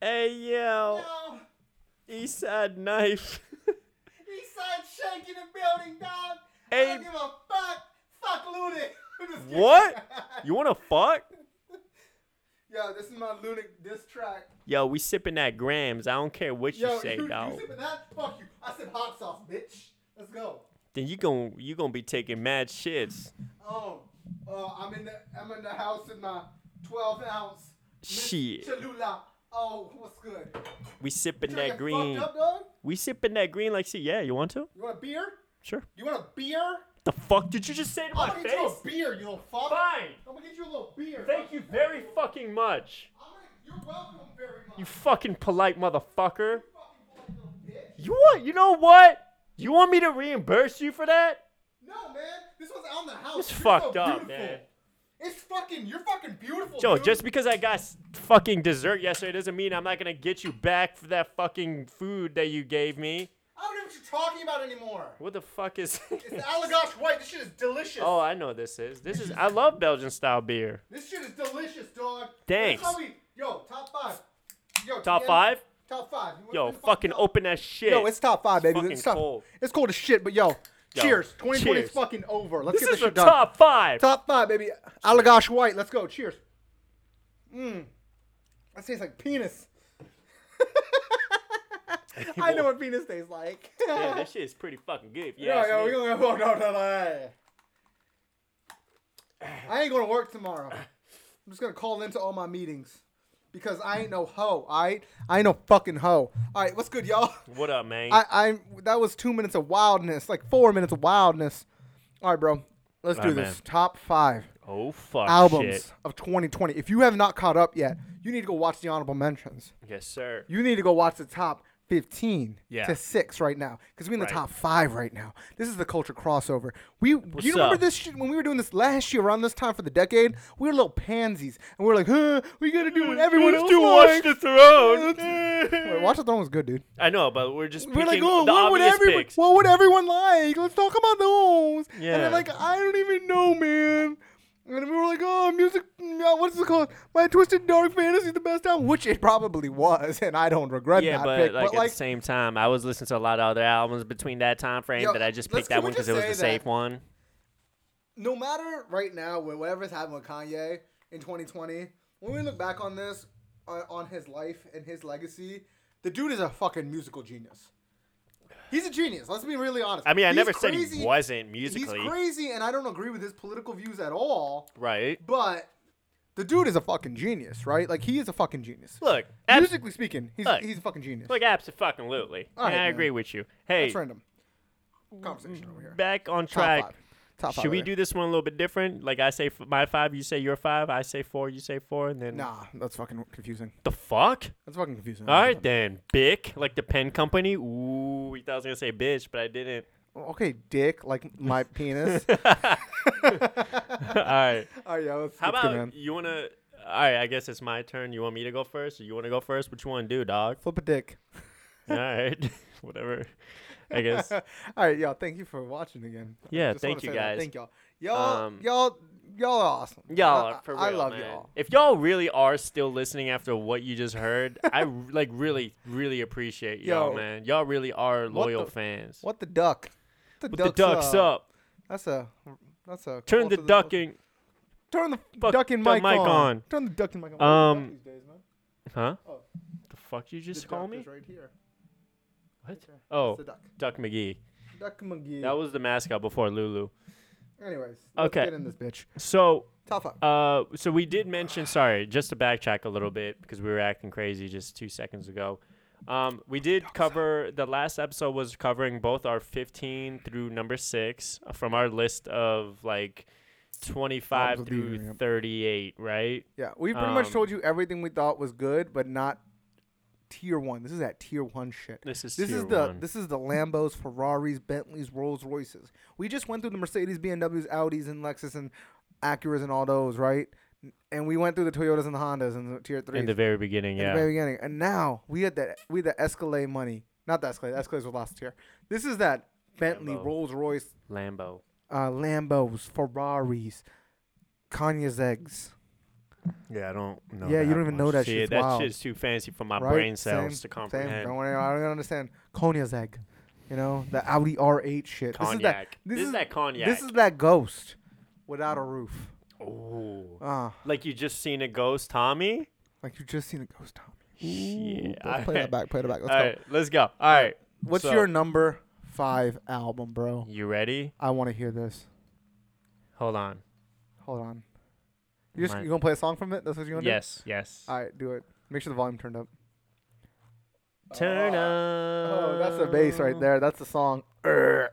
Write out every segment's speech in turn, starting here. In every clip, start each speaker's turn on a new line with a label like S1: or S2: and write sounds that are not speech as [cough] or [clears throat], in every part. S1: Hey yo,
S2: Yo,
S1: Eastside Knife. [laughs]
S2: east side shaking the building, dog. I
S1: Hey.
S2: don't give a fuck. Fuck Lunatic. [laughs] I'm just kidding.
S1: what?
S2: [laughs]
S1: You wanna fuck?
S2: Yo, this is my Lunatic diss track.
S1: Yo, we sipping that grams. I don't care what
S2: Yo,
S1: you say,
S2: you,
S1: dog.
S2: you sipping that? Fuck you. I sip hot sauce, bitch. Let's go.
S1: then you gon' you gonna be taking mad shits.
S2: Oh, uh, I'm in the I'm in the house in my 12 ounce Miss
S1: Shit.
S2: Cholula. Oh, what's good? You
S1: We sipping
S2: tryna
S1: that
S2: get
S1: green.
S2: Fucked up, dog?
S1: We sipping that green like see. Yeah, you want to?
S2: You want a beer?
S1: Sure.
S2: You want a beer?
S1: The fuck did you just say to
S2: I'm
S1: my
S2: gonna
S1: face?
S2: get Oh, you a beer, you little fuck.
S1: Fine.
S2: I'm gonna get you a little beer.
S1: Thank you very fucking much.
S2: I'm gonna, you're welcome very much.
S1: You fucking polite motherfucker.
S2: fucking boy, little bitch.
S1: You want? You know what? You want me to reimburse you for that?
S2: No, man. This was out in the house.
S1: It's
S2: You're
S1: fucked
S2: so
S1: up,
S2: beautiful.
S1: man.
S2: It's fucking. You're fucking beautiful.
S1: Joe,
S2: dude.
S1: just because I got s- fucking dessert yesterday doesn't mean I'm not gonna get you back for that fucking food that you gave me.
S2: I don't know what you're talking about anymore.
S1: What the fuck is? [laughs]
S2: It's the Allagash White. This shit is delicious.
S1: oh, I know this is. This is. I love Belgian style beer.
S2: This shit is delicious, dog.
S1: Thanks.
S2: That's how we- yo, top five. Yo,
S1: Top
S2: TM,
S1: five?
S2: Top five. You wanna
S1: Yo,
S2: do the
S1: fucking
S2: top?
S1: open that shit.
S2: Yo, it's top five, baby.
S1: fucking
S2: It's top.
S1: cold.
S2: It's cold as shit, but yo, cheers. 2020
S1: cheers.
S2: is fucking over. Let's
S1: this
S2: get this
S1: is the
S2: shit done.
S1: top five.
S2: Top five, baby. Allagash White. Let's go. Cheers. Mmm. That tastes like penis. [laughs] I know what penis tastes like.
S1: [laughs]
S2: [laughs]
S1: Yeah, that shit is pretty fucking good.
S2: Yeah,
S1: Yeah.
S2: yo, we gonna go. No, no, no, no. I ain't gonna work tomorrow. I'm just gonna call into all my meetings because I ain't no hoe. All right, I ain't no fucking hoe. All right, what's good, y'all? [laughs]
S1: What up, man?
S2: I, I'm. That was two minutes of wildness, like four minutes of wildness. All right, bro. Let's
S1: All
S2: do
S1: right,
S2: this.
S1: man.
S2: Top five
S1: oh fuck.
S2: albums
S1: Shit.
S2: of 2020. If you have not caught up yet, you need to go watch the honorable mentions.
S1: Yes, sir.
S2: You need to go watch the top 15
S1: Yeah.
S2: to 6 right now because we're in the
S1: Right.
S2: top 5 right now. This is the culture crossover. We do you
S1: up?
S2: remember this shit when we were doing this last year around this time for the decade? We were little pansies and we were like, huh, we gotta do what everyone else
S1: you watch
S2: likes.
S1: the throne.
S2: Wait, watch the throne was good, dude.
S1: I know, but we're just
S2: We're like,
S1: picking
S2: oh,
S1: the
S2: what would
S1: obvious
S2: everyone,
S1: picks.
S2: what would everyone like? Let's talk about those. And
S1: Yeah.
S2: then, like, I don't even know, man. And we were like, oh, music, yeah, what's it called? My Twisted Dark Fantasy, the best album, which it probably was, and I don't [laughs] regret
S1: Yeah,
S2: that
S1: but,
S2: pick.
S1: like,
S2: but like,
S1: at the same time, I was listening to a lot of other albums between that time frame
S2: Yo,
S1: that I just
S2: let's-
S1: picked
S2: can
S1: that
S2: we
S1: one because
S2: just
S1: it was
S2: say
S1: the
S2: that-
S1: safe one.
S2: no matter right now, wh- whatever's happened with Kanye in 2020, when we look back on this, on, on his life and his legacy, the dude is a fucking musical genius. He's a genius. Let's be really honest.
S1: I mean, I
S2: He's
S1: never said
S2: crazy.
S1: he wasn't musically,
S2: He's crazy, and I don't agree with his political views at all.
S1: right?
S2: But the dude is a fucking genius, right? Like he is a fucking genius.
S1: Look, abs-
S2: musically speaking, he's
S1: look.
S2: he's a fucking genius.
S1: look, absolutely.
S2: All right,
S1: and I
S2: man.
S1: agree with you. Hey,
S2: That's random. Conversation over here.
S1: back on
S2: Top
S1: track.
S2: five. Top five.
S1: Should we
S2: right?
S1: do this one a little bit different? Like I say f- my five, you say your five, I say four, you say four, and then
S2: Nah, that's fucking confusing.
S1: the fuck?
S2: That's fucking confusing.
S1: All right then, Bick, like the pen company. Ooh, you thought I was gonna say bitch, but I didn't. [laughs]
S2: Okay, dick, like my penis.
S1: All right.
S2: All right, yo, let's,
S1: How
S2: let's
S1: about
S2: go, man.
S1: you wanna? All right, I guess it's my turn. You want me to go first, or you wanna go first? What you wanna
S2: [laughs]
S1: do, dog?
S2: flip a dick?
S1: All right, [laughs] whatever. I
S2: [laughs]
S1: guess.
S2: All right, y'all. Thank you for watching again. I
S1: Yeah,
S2: just wanna
S1: thank you
S2: say that.
S1: guys.
S2: Thank y'all. Y'all,
S1: Um,
S2: y'all, y'all are awesome.
S1: Y'all,
S2: I-
S1: are for real,
S2: I love
S1: man.
S2: y'all.
S1: If y'all really are still listening after what you just heard,
S2: [laughs]
S1: I like really, really appreciate y'all,
S2: Yo.
S1: man. Y'all really are
S2: What
S1: loyal
S2: the-
S1: fans.
S2: What the duck?
S1: Put the ducks up.
S2: That's a that's a
S1: Turn
S2: cult
S1: the
S2: of
S1: ducking.
S2: Turn the
S1: fuck-
S2: ducking
S1: the
S2: mic,
S1: mic
S2: on.
S1: on.
S2: Turn the ducking mic on.
S1: Um,
S2: These days, man.
S1: Huh?
S2: Oh.
S1: The fuck you just
S2: The
S1: call
S2: duck
S1: me?
S2: is right here.
S1: What?
S2: Right there.
S1: Oh,
S2: It's the duck.
S1: Duck McGee.
S2: Duck McGee.
S1: That was the mascot before Lulu.
S2: Anyways,
S1: Okay.
S2: let's get in this bitch.
S1: So,
S2: Top five.
S1: uh, so we did mention. Sorry, just to backtrack a little bit because we were acting crazy just two seconds ago. Um, we did cover the last episode was covering both our 15 through number six uh, from our list of like 25
S2: Albums of the year,
S1: through
S2: yep.
S1: 38, right?
S2: yeah, we pretty much
S1: um,
S2: told you everything we thought was good, but not tier one. This is that tier one shit.
S1: This is
S2: This
S1: tier
S2: is the
S1: one.
S2: this is the Lambos, Ferraris, Bentleys, Rolls Royces. We just went through the Mercedes, BMWs, Audis, and Lexus and Acuras and all those, right? And we went through the Toyotas and the Hondas and the tier three.
S1: in the very beginning,
S2: at
S1: yeah.
S2: the very beginning. And now we had that we had the Escalade money. Not the Escalade. Escalade's were last year. This is that Bentley,
S1: Lambo.
S2: Rolls Royce,
S1: Lambo.
S2: uh, Lambos, Ferraris, Kanye's eggs.
S1: Yeah, I don't know.
S2: Yeah, you
S1: that
S2: don't even know
S1: much.
S2: that
S1: See,
S2: shit's
S1: that
S2: wild.
S1: shit's too fancy for my
S2: right?
S1: brain cells
S2: Same,
S1: to
S2: Same.
S1: comprehend.
S2: Don't worry, I don't understand. Konya's egg. You know, the Audi R8 shit. This is that,
S1: Cognac. This is that cognac.
S2: This is that ghost without a roof.
S1: Ooh.
S2: Ah,
S1: Like you just seen a ghost, Tommy?
S2: like you just seen a ghost, Tommy.
S1: Shit.
S2: Let's play
S1: [laughs]
S2: that
S1: Alright.
S2: back. Play that back. Let's
S1: All
S2: go.
S1: right, let's go. All right.
S2: What's
S1: so-
S2: your number five album, bro?
S1: You ready?
S2: I want to hear this.
S1: Hold on.
S2: Hold on. You just
S1: Mine-
S2: you gonna play a song from it? That's what you gonna
S1: Yes, yes.
S2: do? All right, do it. Make sure the volume turned up.
S1: Turn
S2: Oh,
S1: up.
S2: Oh, that's the bass right there. That's the song. Err.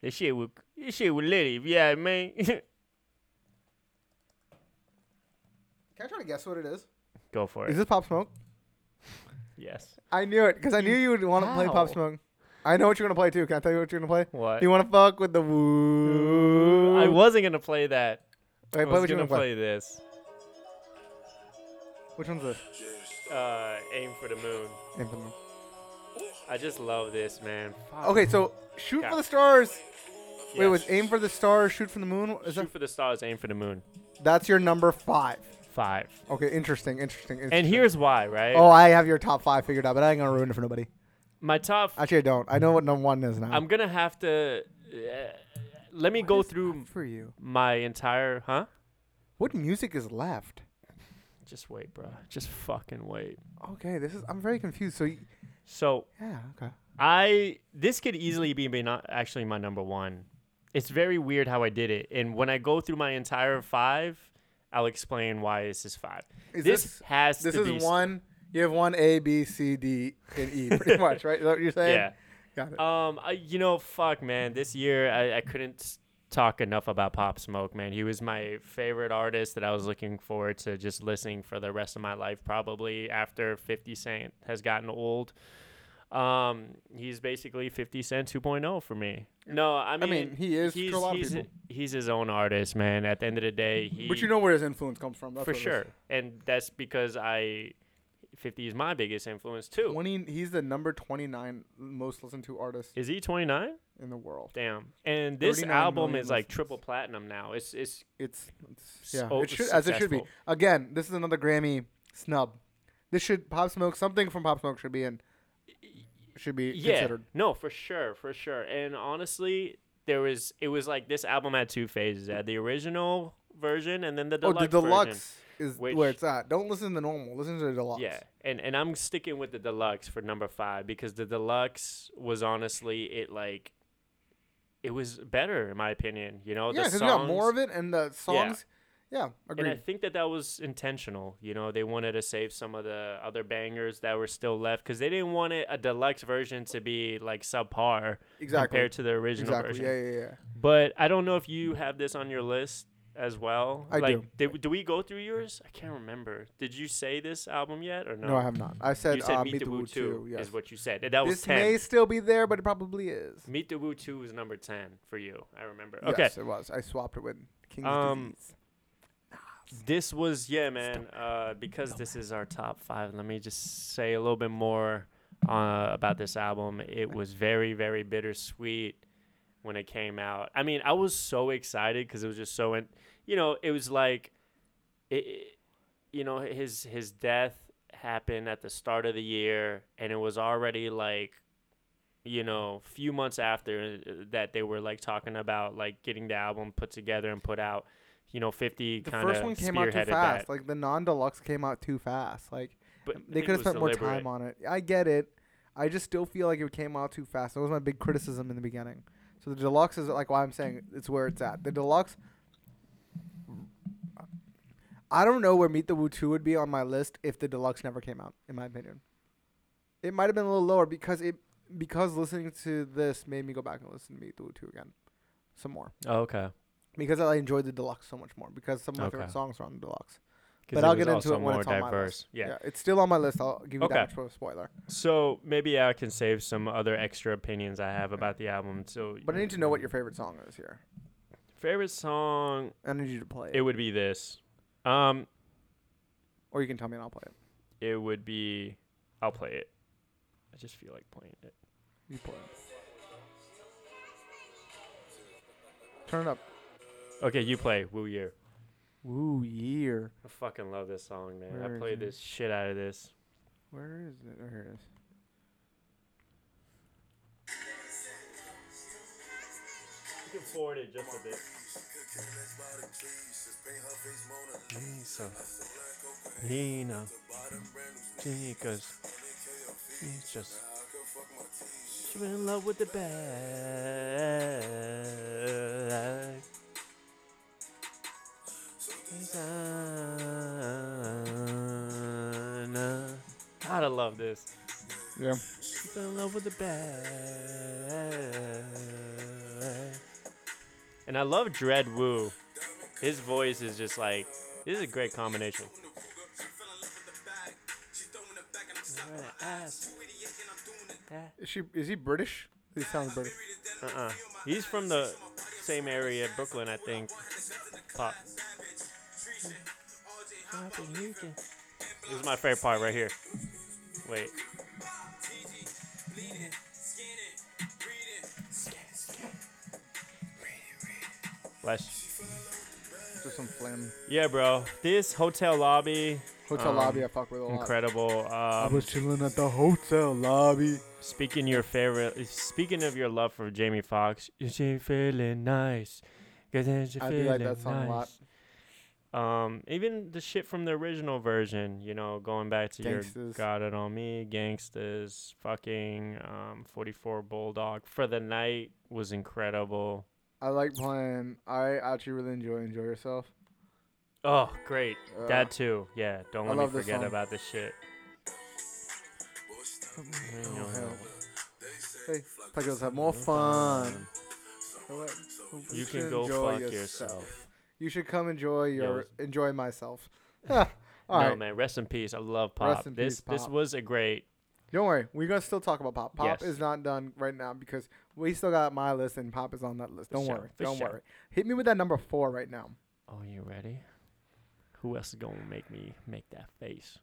S1: This shit would this shit would lit if yeah, man. [laughs]
S2: Can I try to guess what it is?
S1: go for it.
S2: Is this Pop Smoke?
S1: yes.
S2: I knew it because I knew you would want to play
S1: How?
S2: Pop Smoke. I know what you're gonna play too. Can I tell you what you're gonna play?
S1: What?
S2: Do you want to fuck with the woo?
S1: I wasn't gonna play that.
S2: Wait, play
S1: I was
S2: what you're
S1: gonna
S2: gonna play.
S1: play this.
S2: Which one's this?
S1: Uh, aim for the moon.
S2: Infinite.
S1: I just love this, man. Fuck.
S2: Ah, Okay, so shoot
S1: Yeah.
S2: for the stars. Wait,
S1: Yes.
S2: was aim for the stars, shoot from the moon? Is that,
S1: Shoot for the stars, aim for the moon.
S2: that's your number five.
S1: Five.
S2: Okay, interesting, interesting, interesting.
S1: And here's why, right?
S2: oh, I have your top five figured out, but I ain't gonna ruin it for nobody.
S1: My top.
S2: Actually, I don't. I know what number one is now.
S1: I'm gonna have to. Uh, let me go through
S2: for you.
S1: my entire. Huh?
S2: What music is left?
S1: Just wait, bro. Just fucking wait.
S2: Okay, this is. I'm very confused. So, y-
S1: So
S2: yeah, okay.
S1: I this could easily be, be not actually my number one. It's very weird how I did it, and when I go through my entire five, I'll explain why this is five.
S2: Is
S1: this,
S2: this-
S1: has
S2: This
S1: to be
S2: is one. You have one A, B, C, D, and E,
S1: [laughs]
S2: pretty much, right? Is that what you're saying?
S1: Yeah.
S2: Got it.
S1: Um, I, you know, fuck, man. This year I, I couldn't s- talk enough about Pop Smoke, man. He was my favorite artist that I was looking forward to just listening for the rest of my life, probably after 50 Cent has gotten old. Um, he's basically 50 Cent 2.0 for me. No, I mean,
S2: mean, he is for a
S1: he's,
S2: lot of
S1: he's,
S2: people.
S1: he's his own artist, man. At the end of the day, he,
S2: but you know where his influence comes from. That's
S1: for
S2: what it is.
S1: sure. And that's because I, 50 is my biggest influence too.
S2: 20, he's the number 29 most listened to artist
S1: Is he 29?
S2: in the world.
S1: Damn. And this
S2: 39
S1: album
S2: million
S1: is like
S2: listens.
S1: triple platinum now. It's it's
S2: It's, it's yeah,
S1: So
S2: it should, as it should be.
S1: successful.
S2: Again, this is another Grammy snub. This should Pop Smoke something from Pop Smoke should be in should be
S1: yeah.
S2: considered.
S1: No, for sure, for sure. And honestly, there was it was like this album had two phases. It had the original version and then the
S2: Oh,
S1: deluxe.
S2: the deluxe is
S1: which-
S2: where it's at. Don't listen to the normal. Listen to the deluxe.
S1: Version. Yeah. And and I'm sticking with the deluxe for number 5 because the deluxe was honestly it like it was better in my opinion, you know,
S2: yeah,
S1: Oh, the
S2: because we got more
S1: songs-
S2: of it and the songs. Yeah,
S1: And I
S2: agreed.
S1: think that that was intentional. You know, they wanted to save some of the other bangers that were still left because they didn't want it, a deluxe version to be like subpar
S2: Exactly.
S1: compared to the original
S2: Exactly.
S1: version.
S2: Yeah, yeah, yeah.
S1: But I don't know if you have this on your list as well.
S2: I
S1: like,
S2: do.
S1: Did, do we go through yours? I can't remember. Did you say this album yet or no?
S2: No, I have not. I said,
S1: You said
S2: uh,
S1: Meet the Woo 2
S2: Yes.
S1: is what you said. And that was
S2: this
S1: 10.
S2: may still be there, but it probably is.
S1: Meet the Woo 2 was number 10 for you. I remember. Okay.
S2: Yes, it was. I swapped it with King's
S1: Um,
S2: Disease.
S1: This was yeah, man. Uh, because this is our top five. Let me just say a little bit more uh, about this album. It was very, very bittersweet when it came out. I mean, I was so excited because it was just so, in, you know, it was like, it, it- you know, his his death happened at the start of the year, and it was already like, you know, few months after uh, that they were like talking about like getting the album put together and put out. You know, fifty
S2: The
S1: kind of
S2: first one came out too
S1: spearheaded
S2: fast.
S1: that.
S2: Like the non-deluxe came out too fast. Like
S1: But
S2: they
S1: it
S2: could have
S1: was
S2: spent more
S1: deliberate.
S2: time on it. I get it. I just still feel like it came out too fast. That was my big criticism in the beginning. So the deluxe is like why I'm saying it's where it's at. The deluxe. I don't know where Meet the Woo 2 would be on my list if the deluxe never came out. In my opinion, it might have been a little lower because it because listening to this made me go back and listen to Meet the Woo 2 again, some more
S1: Oh, okay.
S2: because I enjoyed the deluxe so much more because some of my favorite
S1: Okay.
S2: songs are on the deluxe.
S1: 'Cause
S2: But
S1: it
S2: I'll
S1: was
S2: get into
S1: also
S2: it when
S1: more
S2: it's on my
S1: diverse.
S2: list.
S1: Yeah.
S2: it's still on my list. I'll give you
S1: Okay.
S2: that much for a spoiler.
S1: So maybe I can save some other extra opinions I have about the album. So,
S2: But I need to know what your favorite song is here.
S1: favorite song.
S2: I need you to play it,
S1: It would be this. Um,
S2: or you can tell me and I'll play it.
S1: it would be. I'll play it. I just feel like playing it.
S2: You play it. Turn it up.
S1: Okay, you play Woo Year.
S2: Woo year.
S1: I fucking love this song, man.
S2: Where
S1: I
S2: is
S1: played
S2: it?
S1: this shit out of this.
S2: Where is it? Oh, here it is.
S1: You can forward it just a bit. Nina, Jacobs, he's just. She's in love with the bag. Gotta love this.
S2: Yeah.
S1: Fell in love with the bag. And I love Dread Wu. His voice is just like this is a great combination.
S2: Is she? Is he British? He sounds British.
S1: Uh-uh. He's from the same area, Brooklyn, I think. Pop. This is my favorite part right here. Wait. Bless.
S2: Just some flim.
S1: Yeah, bro. This hotel lobby,
S2: Hotel
S1: Um,
S2: lobby. I fuck with a lot.
S1: incredible.
S2: I
S1: Um,
S2: was chilling at the hotel lobby.
S1: Speaking your favorite, speaking of your love for Jamie Foxx, is she feeling nice? Cause is she
S2: I do like
S1: feeling
S2: that song a lot.
S1: lot. Um, even the shit from the original version, you know, going back to your
S2: Gangsters.
S1: "Got It on Me," gangsters, fucking um, forty-four Bulldog for the night was incredible.
S2: I like playing. I actually really enjoy enjoy yourself.
S1: Oh, great,
S2: Uh,
S1: that too. Yeah, don't
S2: I
S1: let me
S2: love this
S1: forget
S2: song.
S1: about this shit.
S2: Oh, hell. Hey, black girls have more fun.
S1: You
S2: should
S1: can go
S2: enjoy
S1: fuck yourself.
S2: You should come enjoy your enjoy myself. [laughs]
S1: [laughs]
S2: All
S1: no
S2: right,
S1: man, rest in peace. I love Pop.
S2: in
S1: this
S2: peace,
S1: this
S2: Pop.
S1: was a great.
S2: don't worry. We're gonna still talk about pop. Pop
S1: Yes.
S2: is not done right now because we still got my list and pop is on that list.
S1: For
S2: Don't
S1: sure,
S2: worry.
S1: for
S2: Don't
S1: sure.
S2: worry. Hit me with that number four right now.
S1: Oh, you ready? Who else is gonna make me make that face?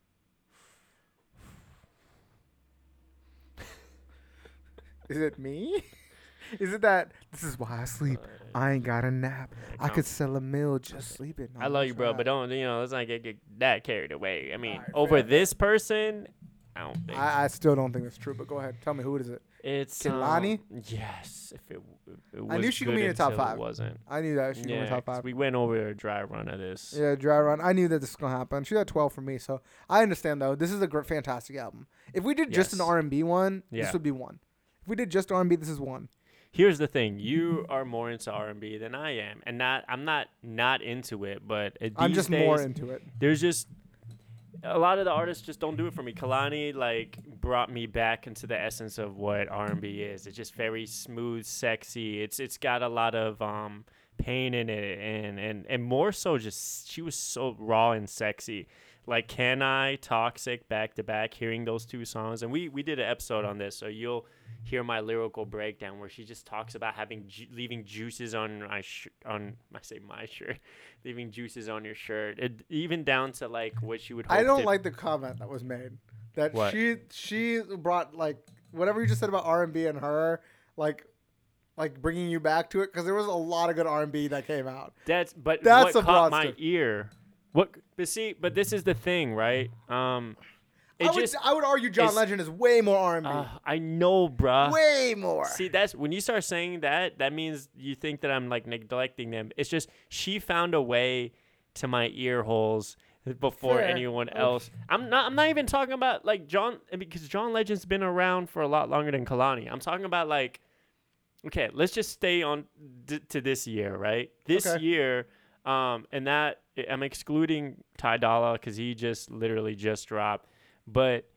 S2: Is it me? [laughs] is it that? This is why I sleep.
S1: Uh,
S2: I ain't got a nap.
S1: it
S2: I could
S1: counts.
S2: sell a meal just sleeping.
S1: I love you, bro, but don't you know? Let's not get, get that carried away. I mean,
S2: Alright,
S1: over
S2: fair.
S1: this person, I don't think
S2: I, I still don't think it's true. But go ahead, tell me who is it.
S1: it's
S2: Kehlani?
S1: um, yes, if it, if it was
S2: I knew she could
S1: good
S2: be in the top
S1: until it
S2: five.
S1: wasn't.
S2: I knew that she was in
S1: Yeah,
S2: the top
S1: 'cause
S2: five.
S1: we went over a dry run of this.
S2: Yeah, dry run. I knew that this was gonna happen. She's at twelve for me, so I understand though. This is a gr- fantastic album. If we did just an
S1: Yes.
S2: R and B one,
S1: Yeah.
S2: this would be one. If we did just R and B, this is one.
S1: Here's the thing: you are more into R and B than I am, and not I'm not not into it, but uh, these
S2: I'm just
S1: days,
S2: more into it.
S1: there's just a lot of the artists just don't do it for me. Kalani like brought me back into the essence of what R and B is. It's just very smooth, sexy. It's it's got a lot of um pain in it and and and more so just she was so raw and sexy. Like Can I, Toxic, back to back, hearing those two songs. And we we did an episode on this, so you'll hear my lyrical breakdown where she just talks about having ju- leaving juices on my sh- on I say my shirt, [laughs] leaving juices on your shirt, it, even down to like what she would. Hope
S2: I don't
S1: to-
S2: like the comment that was made that
S1: What?
S2: she she brought like whatever you just said about R and B and her like like bringing you back to it because there was a lot of good R and B that came out.
S1: That's but
S2: That's
S1: what
S2: a
S1: caught
S2: broad
S1: my
S2: stick.
S1: ear. What but see, but this is the thing, right? Um, it
S2: I would
S1: just
S2: I would argue John
S1: it's-
S2: Legend is way more R and B,
S1: uh, I know, bruh.
S2: way more.
S1: See, that's when you start saying that, that means you think that I'm like neglecting them. It's just she found a way to my ear holes before
S2: Fair.
S1: anyone else. I'm not I'm not even talking about like John because John Legend's been around for a lot longer than Kalani. I'm talking about like okay, let's just stay on d- to this year, right? This
S2: Okay.
S1: year um and that I'm excluding Ty Dolla cuz he just literally just dropped, but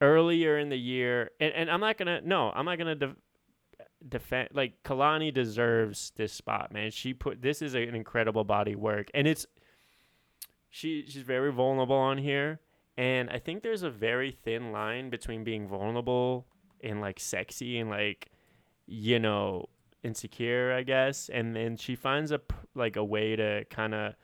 S1: earlier in the year and, and I'm not going to no, I'm not going to de- defend like Kalani deserves this spot, man. She put this is an incredible body work, and it's she she's very vulnerable on here, and I think there's a very thin line between being vulnerable and like sexy and like you know insecure, I guess, and then she finds a p- like a way to kind of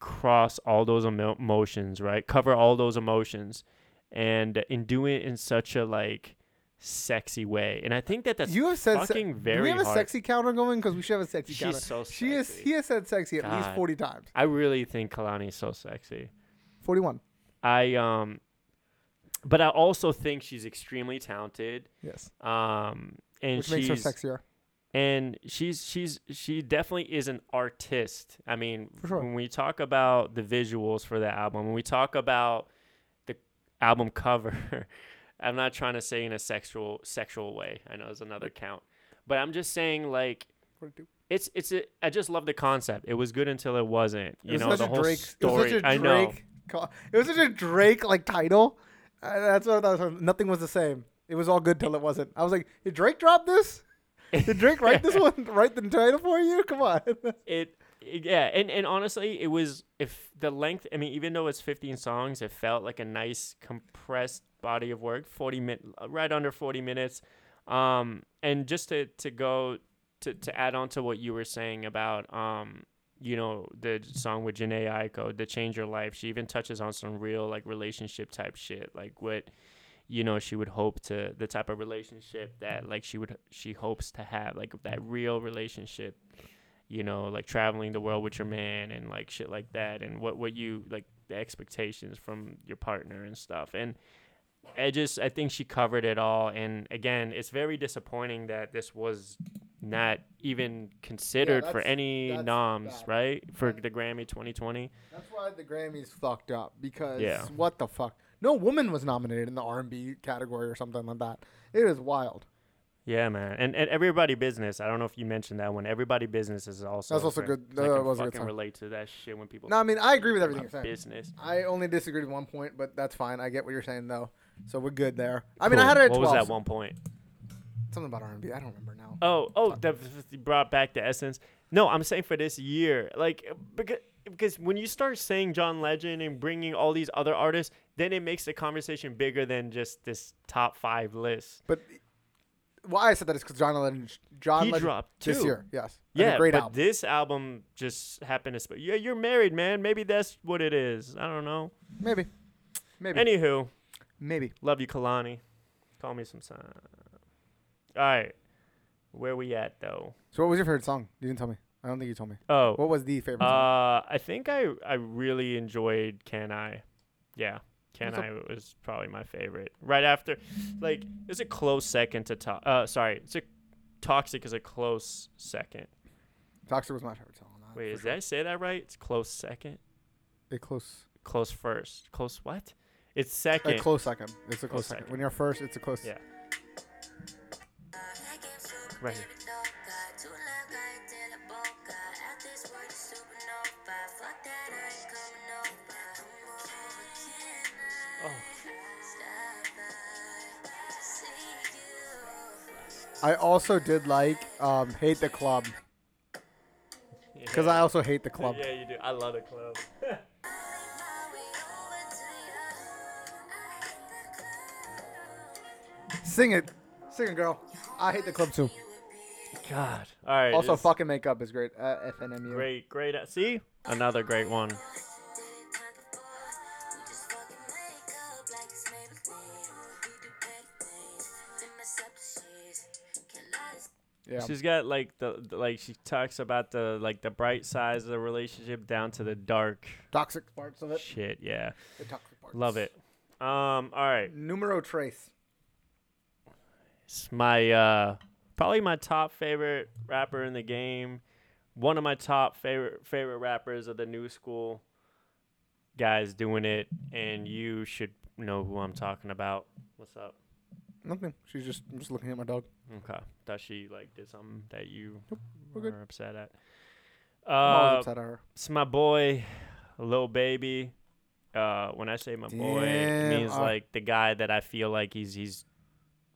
S1: cross all those emo- emotions, right? Cover all those emotions, and in doing it in such a like sexy way. And I think that that's
S2: You have said se-
S1: fucking
S2: Do
S1: very
S2: we have a
S1: hard.
S2: sexy counter going? Because we should have a sexy
S1: She's
S2: counter.
S1: so
S2: She is.
S1: sexy.
S2: He has said sexy at least
S1: God.
S2: forty times.
S1: I really think Kalani is so sexy.
S2: Forty-one.
S1: I um but I also think she's extremely talented.
S2: Yes.
S1: Um and
S2: Which
S1: she's
S2: makes her sexier.
S1: and she's she's she definitely is an artist. I mean,
S2: For sure.
S1: when we talk about the visuals for the album, when we talk about the album cover, [laughs] I'm not trying to say in a sexual sexual way. I know there's another count, but I'm just saying like
S2: Forty-two.
S1: it's it's a, I just love the concept. It was good until it wasn't.
S2: it
S1: You
S2: was
S1: know
S2: such
S1: the
S2: a
S1: whole
S2: Drake.
S1: story.
S2: It was such a Drake.
S1: I know.
S2: co- it was such a Drake like title. Uh, that's what I thought. was- Nothing was the same. It was all good till it wasn't. I was like, did Drake drop this? Did Drake write
S1: [laughs]
S2: this one? Write the title for you? Come on. [laughs]
S1: It, it- yeah, and and honestly, it was if the length. I mean, even though it's 15 songs, it felt like a nice compressed body of work. 40 min, right under 40 minutes. Um, and just to to go to to add on to what you were saying about um. You know the song with Janae Aiko, "The Change Your Life." She even touches on some real like relationship type shit, like what you know she would hope to the type of relationship that like she would she hopes to have, like that real relationship you know, like traveling the world with your man and like shit like that, and what what you like the expectations from your partner and stuff. And I just I think she covered it all. And again, it's very disappointing that this was not even considered for
S3: that's-
S1: any
S3: that's
S1: noms,
S3: bad.
S1: right? For the Grammy 2020.
S2: That's why the Grammys fucked up because
S1: Yeah.
S2: what the fuck? No woman was nominated in the R&B category or something like that. It is wild.
S1: Yeah, man. And and everybody business. I don't know if you mentioned that one. Everybody business is also
S2: That's also
S1: for-
S2: good.
S1: I
S2: That
S1: can
S2: was a good
S1: fucking
S2: song.
S1: relate to that shit when people.
S2: No, I mean I agree with
S1: talk
S2: everything you're
S1: about
S2: saying.
S1: Business.
S2: I only disagreed with one point, but that's fine. I get what you're saying though, so we're good there. I mean, I
S1: Cool.
S2: had it at
S1: What was
S2: twelve.
S1: that one point?
S2: Something about R&B. I don't remember now.
S1: Oh, oh, that brought back the essence. No, I'm saying for this year, like because because when you start saying John Legend and bringing all these other artists, then it makes the conversation bigger than just this top five list.
S2: But why I said that is because John Legend. John
S1: He
S2: Legend
S1: dropped
S2: this
S1: two.
S2: year. Yes. And a
S1: Yeah,
S2: great
S1: but
S2: album.
S1: this album just happened to. Sp- yeah, you're married, man. Maybe that's what it is. I don't know.
S2: Maybe. Maybe.
S1: Anywho,
S2: Maybe.
S1: love you, Kalani. Call me some time. All right, where we at though?
S2: So what was your favorite song? You didn't tell me. I don't think you told me.
S1: Oh,
S2: What was the favorite song?
S1: Uh, I think I I really enjoyed Can I, yeah. Can
S2: What's
S1: I was probably my favorite. Right after, like, it's a close second to to- uh sorry, it's a toxic is a close second.
S2: Toxic was my favorite song. on that,
S1: Uh, Wait,
S2: Oh, for
S1: is
S2: sure.
S1: did I say that right? It's close second,
S2: a close
S1: close first, close what? It's
S2: a
S1: second.
S2: close second? It's a close,
S1: Close
S2: second.
S1: second.
S2: When you're first, it's a close.
S1: Yeah.
S4: Right here.
S1: Oh.
S2: I also did like um, "Hate the Club" because I also hate the club.
S1: Yeah, you do. I love the club.
S2: Sing it, sing it, girl. I hate the club too.
S1: God. All right.
S2: Also,
S1: this-
S2: fucking makeup is great. Uh, FNMU.
S1: Great, great. uh, See, another great one.
S2: Yeah.
S1: She's got like the, the- like she talks about the like the bright sides of the relationship down to the dark
S2: toxic parts of it.
S1: shit. Yeah,
S2: The toxic parts.
S1: love it. Um, all right,
S2: Numero trace.
S1: it's my uh probably my top favorite rapper in the game. One of my top favorite favorite rappers of the new school guys doing it, and you should know who I'm talking about. What's up?
S2: Nothing. She's just I'm just looking at my dog.
S1: Okay, thought she like did something that you
S2: we're good.
S1: were upset at.
S2: I'm always
S1: Uh,
S2: upset at her.
S1: it's my boy, Lil Baby. Uh, when I say my boy, it
S2: Damn,
S1: means
S2: uh,
S1: like the guy that I feel like he's he's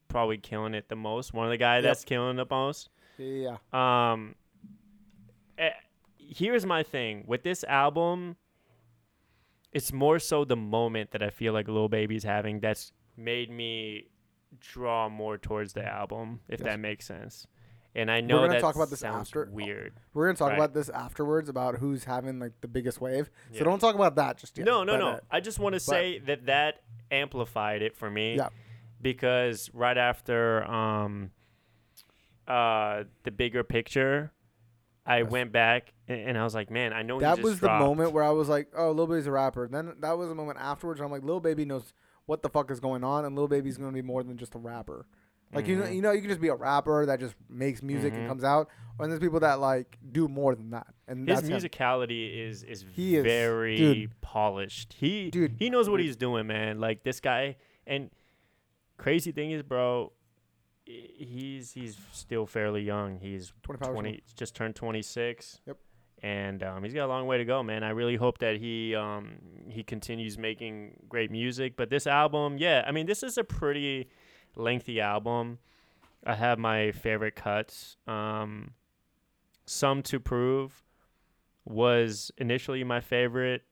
S1: probably killing it the most. One of the
S2: Yep.
S1: guys that's killing the most.
S2: Yeah.
S1: Um, eh, here's my thing with this album. It's more so the moment that I feel like Lil Baby's having that's made me draw more towards the album, if
S2: Yes.
S1: that makes sense. And I know
S2: gonna
S1: that
S2: talk about this
S1: sounds
S2: after-
S1: weird.
S2: We're gonna talk
S1: Right.
S2: about this afterwards about who's having like the biggest wave. So
S1: Yeah.
S2: don't talk about that just yet.
S1: No, no,
S2: But,
S1: no.
S2: uh,
S1: I just want to say that that amplified it for me.
S2: Yeah.
S1: because right after um, uh, the bigger picture, I went back and, and I was like, man, I know he
S2: That
S1: just
S2: was
S1: dropped.
S2: the moment where I was like, "Oh, Lil Baby's a rapper." Then that was a moment afterwards. I'm like, "Lil Baby knows what the fuck is going on, and Lil Baby's going to be more than just a rapper." Like you know,
S1: Mm-hmm.
S2: you know, you can just be a rapper that just makes music and comes out, and there's people that like do more than that. And
S1: His
S2: that's him.
S1: musicality is is
S2: He is-
S1: very
S2: dude.
S1: polished. He
S2: Dude.
S1: he knows what he's doing, man. Like this guy. And crazy thing is, bro, i- he's he's still fairly young. He's
S2: 25 or
S1: 20, just turned 26.
S2: Yep.
S1: And um, he's got a long way to go, man. I really hope that he um, he continues making great music. But this album, yeah, I mean, this is a pretty lengthy album. I have my favorite cuts. Um, Some to Prove was initially my favorite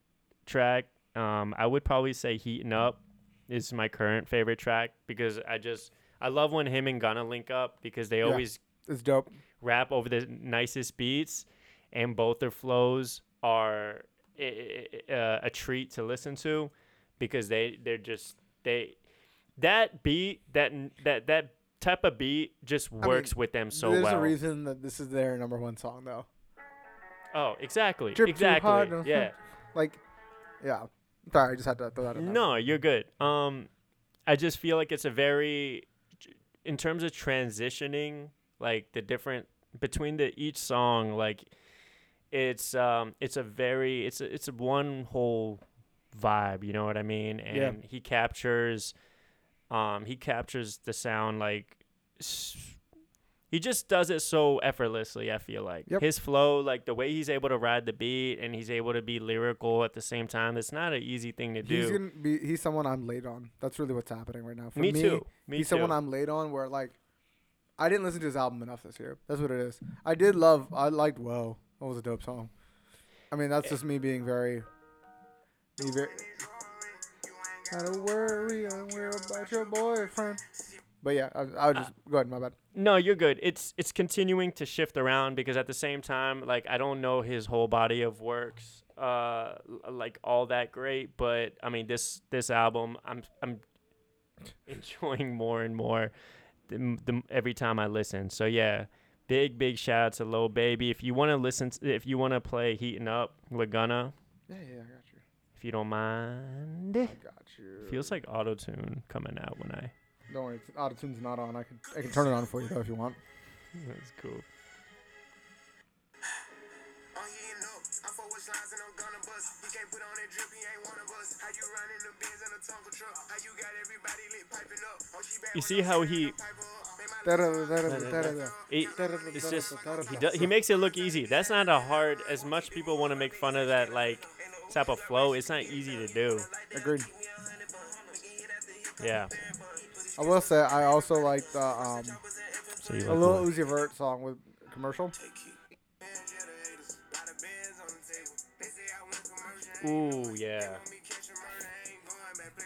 S1: track. Um, I would probably say Heating Up is my current favorite track because I just I love when him and Gunna link up because they
S2: Yeah.
S1: always
S2: It's dope.
S1: rap over the nicest beats, and both their flows are i- i- uh, a treat to listen to because they they're just they that beat that n- that that type of beat just
S2: mean,
S1: works with them so
S2: there's
S1: well.
S2: a reason that this is their number one song though.
S1: Oh, exactly,
S2: Drip too hard,
S1: exactly.
S2: don't
S1: Yeah,
S2: drip. Like, yeah. Sorry, I just had to throw that in. there.
S1: no, you're good. Um, I just feel like it's a very in terms of transitioning like the different between the each song like it's um it's a very it's a, it's a one whole vibe you know what i mean
S2: Yeah.
S1: and he captures um he captures the sound like s- he just does it so effortlessly i feel like
S2: Yep.
S1: his flow like the way he's able to ride the beat and he's able to be lyrical at the same time it's not an easy thing to
S2: He's
S1: do
S2: gonna be. He's someone I'm late on. That's really what's happening right now. For
S1: me, too me
S2: he's
S1: too
S2: someone I'm late on. Where like, I didn't listen to his album enough this year. That's what it is. I did love. I liked. Whoa, that was a dope song. I mean,
S1: Eh.
S2: that's just me being very. Me very gotta worry and worry about your boyfriend. But yeah, I, I would just go ahead. My bad.
S1: No, you're good. It's it's continuing to shift around because at the same time, like I don't know his whole body of works, uh, l- like all that great. But I mean, this this album, I'm I'm [laughs] enjoying more and more the, m- the, m- every time I listen. So yeah, big big shout out to Lil Baby. If you want to listen, to, if you want to play Heating Up with Gunna,
S2: Yeah, yeah, I got you.
S1: if you don't mind,
S2: I got you.
S1: feels like auto tune coming out when I.
S2: Don't worry, it's- autotune's not on. I can I can turn it on for you though if you want.
S1: That's cool.
S4: On he Oh, ain't up. I fuck with slimes and I'm gonna bust. He can't put on that drip, he ain't one of us. How you running the bins in a Tonka truck? How you got everybody lit piping up? Oh, she bad
S1: You
S4: when
S1: see
S4: I'm
S1: how
S4: standing,
S1: he-
S4: I'm pipe her up. Man, my
S1: It- it's just he, do, he makes it look easy. That's not a hard. As much people want to make fun of that like type of flow, it's not easy to do.
S2: Agreed.
S1: Yeah.
S2: I will say I also like the um
S1: So you
S2: a little Uzi Vert song with commercial.
S1: Ooh yeah.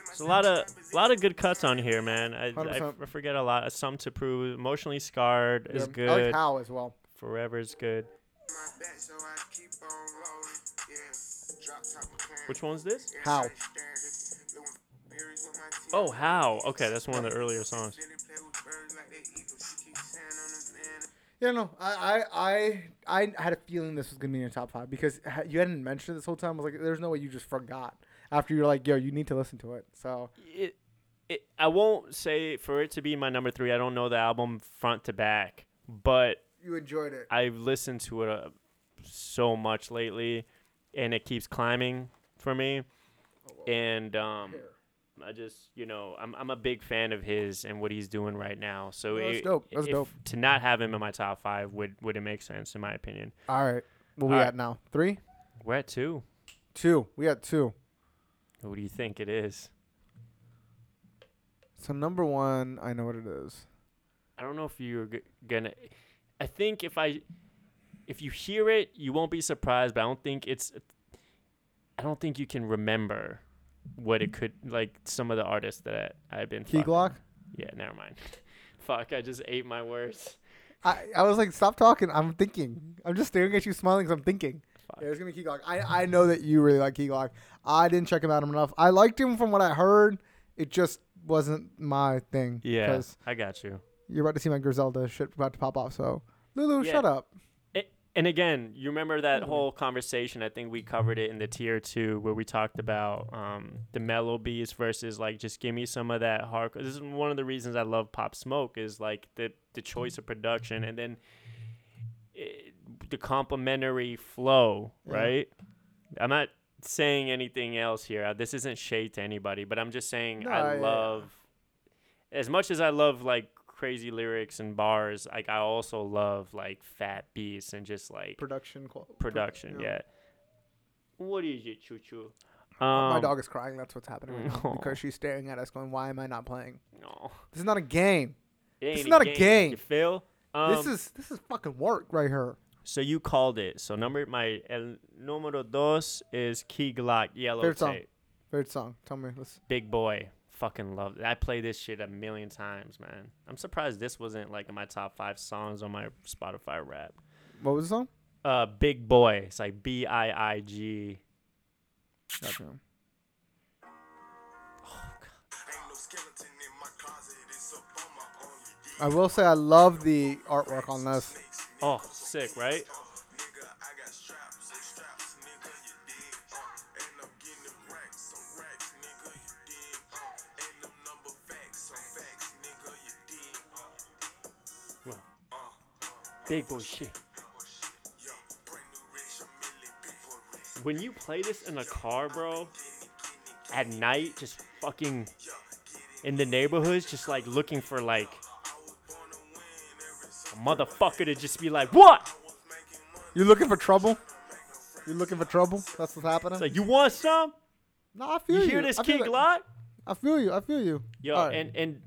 S1: There's a lot of a lot of good cuts on here, man. I, I
S2: 100%.
S1: f- forget a lot. Some to prove. Emotionally scarred is
S2: Yeah. I like
S1: good.
S2: How as well.
S1: Forever is good.
S4: my back, so I keep on rolling. Yeah. Drop top McLaren.
S1: Which one's this?
S2: How?
S1: Oh how? Okay, that's one of the earlier songs.
S2: Yeah, no, I, I, I, I had a feeling this was gonna be in your top five because ha- you hadn't mentioned it this whole time. I was like, there's no way you just forgot after you're like, yo, you need to listen to it. So
S1: it, it I won't say for it to be my number three. I don't know the album front to back, but
S2: you enjoyed it.
S1: I've listened to it uh, so much lately, and it keeps climbing for me. And um, I just, you know, I'm I'm a big fan of his and what he's doing right now. So
S2: Well, that's
S1: it-
S2: dope. That's
S1: if-
S2: dope.
S1: To not have him in my top five would would it make sense in my opinion?
S2: All right, what we
S1: All
S2: at
S1: right.
S2: now? Three,
S1: We're at two.
S2: two. We got two.
S1: Who do you think it is?
S2: So number one, I know what it is.
S1: I don't know if you're g- gonna. I think if I, if you hear it, you won't be surprised. But I don't think it's. I don't think you can remember what it could like some of the artists that I, I've been.
S2: Key
S1: fucking-
S2: Glock.
S1: Yeah, never mind. [laughs] Fuck, I just ate my words.
S2: I, I was like, stop talking. I'm thinking. I'm just staring at you, smiling. i I'm thinking.
S1: Fuck.
S2: Yeah, it's gonna be Key Glock. I, I know that you really like Key Glock. I didn't check him out enough. I liked him from what I heard. It just wasn't my thing.
S1: Yeah,
S2: 'cause
S1: I got you.
S2: you're about to see my Griselda shit about to pop off. So Lulu,
S1: Yeah.
S2: shut up.
S1: A- and again, you remember that
S2: Mm-hmm.
S1: whole conversation? I think we covered it in the tier two where we talked about um, the mellow beats versus like just give me some of that hard. This is one of the reasons I love Pop Smoke is like the the choice of production and then it, the complementary flow, right? I'm not saying anything else here. Uh, This isn't shade to anybody, but I'm just saying
S2: No,
S1: I
S2: yeah.
S1: love as much as I love like crazy lyrics and bars, like I also love like fat beats and just like
S2: Production. Qual- pro-
S1: production.
S2: yeah.
S1: Yeah. What is it, choo choo?
S2: my
S1: Um,
S2: dog is crying. That's what's happening right now
S1: [laughs] no.
S2: because she's staring at us, going, "Why am I not playing?
S1: No,
S2: This is not a game.
S1: it
S2: This is
S1: ain't
S2: not a game.
S1: You feel? Um,
S2: this is this is fucking work right here."
S1: so you called it. So number my el número dos is Key Glock Yellow
S2: Favorite song.
S1: Tape.
S2: Favorite song. Tell me. Let's.
S1: Big boy. Fucking love it. I play this shit a million times, man. I'm surprised this wasn't like in my top five songs on my Spotify rap.
S2: What was the song?
S1: Uh, Big Boy. It's like B I I G.
S2: Gotcha.
S1: Oh,
S4: Ain't no skeleton in my closet, it's a bummer only.
S2: I will say I love the artwork on this.
S1: Oh, sick, right?
S4: Nigga, I got straps, some straps, nigga, you dig? Uh, and I'm getting them racks, some racks, nigga, you dig? Uh, and them number facts, some facts, nigga, you dig? Uh,
S1: Big boy shit.
S4: yo, brand new rich, a million big boy rich.
S1: When you play this in the car, bro, at night, just fucking in the neighborhoods, just like looking for like a motherfucker to just be like, what?
S2: You looking for trouble? You looking for trouble? That's what's happening.
S1: It's like, you want some?
S2: no, I feel
S1: You
S2: you.
S1: hear this
S2: I feel
S1: Key
S2: that-
S1: Glock?
S2: I feel you. I feel you.
S1: Yo,
S2: All right.
S1: and and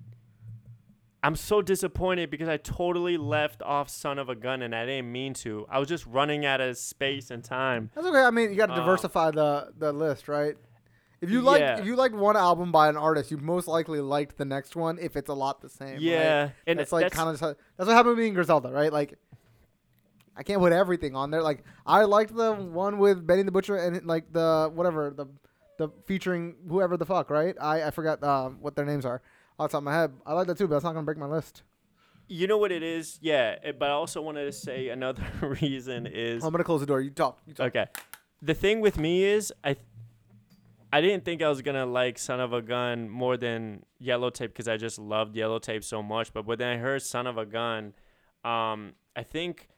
S1: I'm so disappointed because I totally left off "Son of a Gun" and I didn't mean to. I was just running out of space and time.
S2: That's okay. I mean, you got to
S1: Um,
S2: diversify the the list, right? If you like,
S1: Yeah.
S2: if you liked one album by an artist, you most likely liked the next one if it's a lot the same.
S1: Yeah,
S2: right?
S1: and
S2: that's
S1: it-
S2: like
S1: that's-
S2: kind of that's what happened with me and Griselda, right? Like, I can't put everything on there. Like, I liked the one with Benny the Butcher and like the whatever the the featuring whoever the fuck, right? I I forgot um, what their names are off the top of my head. I like that too, but that's not gonna break my list.
S1: You know what it is? Yeah, eh, but I also wanted to say another [laughs] reason is
S2: I'm gonna close the door. You talk. You talk.
S1: okay. The thing with me is I. th- I didn't think I was gonna like "Son of a Gun" more than "Yellow Tape" because I just loved "Yellow Tape" so much. But when I heard "Son of a Gun," um, I think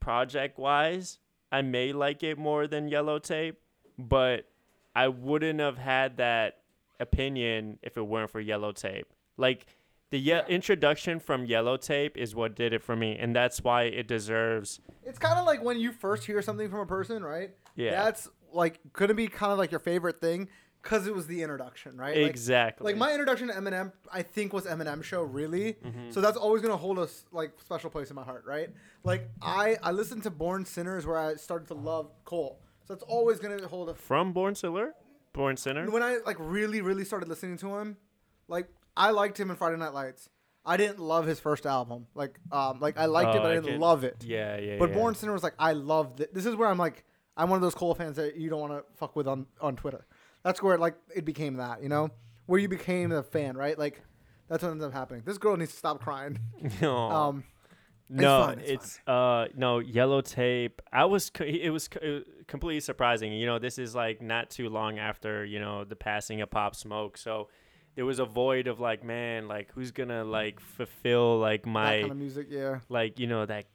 S1: project wise, I may like it more than Yellow Tape, but I wouldn't have had that opinion if it weren't for Yellow Tape. Like the ye- introduction from Yellow Tape is what did it for me, and that's why it deserves.
S2: It's kind of like when you first hear something from a person, right?
S1: Yeah.
S2: That's like gonna be kind of like your favorite thing because it was the introduction, right? Like-
S1: exactly.
S2: Like, my introduction to Eminem, I think was Eminem show really. So that's always gonna hold a s- like special place in my heart, right? Like I I listened to Born Sinners where I started to love Cole, so that's always gonna hold a
S1: from Born Sinner, Born Sinner.
S2: when I like really, really started listening to him, like I liked him in Friday Night Lights. I didn't love his first album. Like, um, like I liked it,
S1: Oh,
S2: but I
S1: I
S2: didn't
S1: get-
S2: love it.
S1: yeah, yeah,
S2: But
S1: yeah. [laughs]
S2: Born Sinner was like, I loved it. This is where I'm like, I'm one of those Cole fans that you don't want to fuck with on on Twitter. That's where like it became that, you know, where you became a fan, right? Like, that's what ends up happening. This girl needs to stop crying.
S1: No.
S2: Um,
S1: no,
S2: fine,
S1: it's,
S2: it's
S1: uh no yellow tape. I was co- it was co- it- completely surprising. You know, this is like not too long after you know the passing of Pop Smoke, so there was a void of like, man, like who's gonna like fulfill like
S2: that
S1: my
S2: kind of music, yeah.
S1: like you know that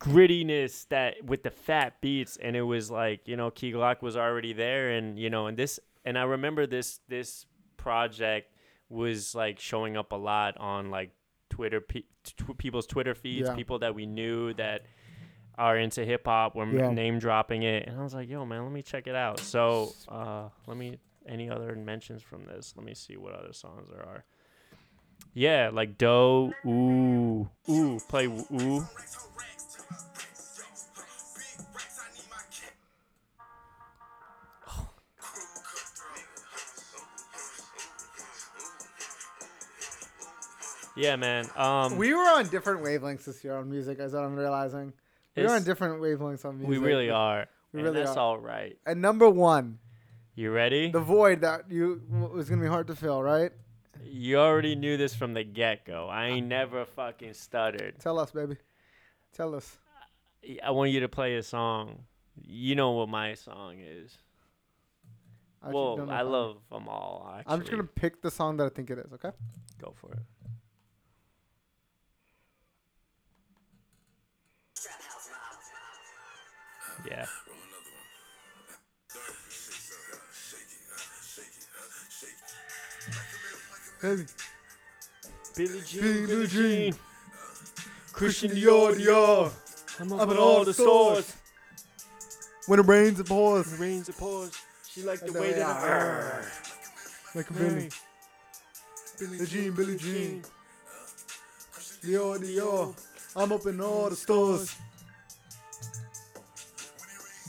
S1: grittiness that with the fat beats and it was like you know key glock was already there and you know and this and i remember this this project was like showing up a lot on like twitter pe- tw- people's twitter feeds
S2: Yeah.
S1: people that we knew that are into hip hop were
S2: Yeah.
S1: name dropping it and i was like yo man let me check it out so uh let me any other mentions from this let me see what other songs there are yeah like doe ooh ooh play ooh
S4: Racks, ho racks, yo, big racks, I need my cat.
S1: Yeah, man. Um, we,
S2: We were on different wavelengths this year on music, as I'm realizing. We were
S1: It's-
S2: on different wavelengths on music.
S1: really are.
S2: We
S1: and
S2: really
S1: that's
S2: are.
S1: all right.
S2: And number one,
S1: You ready?
S2: the void that you w- was gonna be hard to fill, right?
S1: You already knew this from the get go. I ain't never fucking stuttered.
S2: Tell us, baby. Tell us.
S1: I want you to play a song. You know what my song is.
S2: actually
S1: well,
S2: don't know
S1: I
S2: if
S1: love them all. Actually.
S2: I'm just gonna pick the song that I think it is. Okay.
S1: go for it. Yeah.
S2: Baby.
S1: Billie Jean,
S2: Billie
S1: Billie
S2: Jean.
S1: Jean. Christian Dior, Dior. I'm up at all the stores.
S2: When it rains, it pours.
S1: Rains and pours. She liked the
S2: Like the
S1: way
S2: way
S1: that I
S2: Like a
S1: Mary.
S2: Billy. Billy Jean, Billy Jean. Dior, Dior. I'm up in all the stores.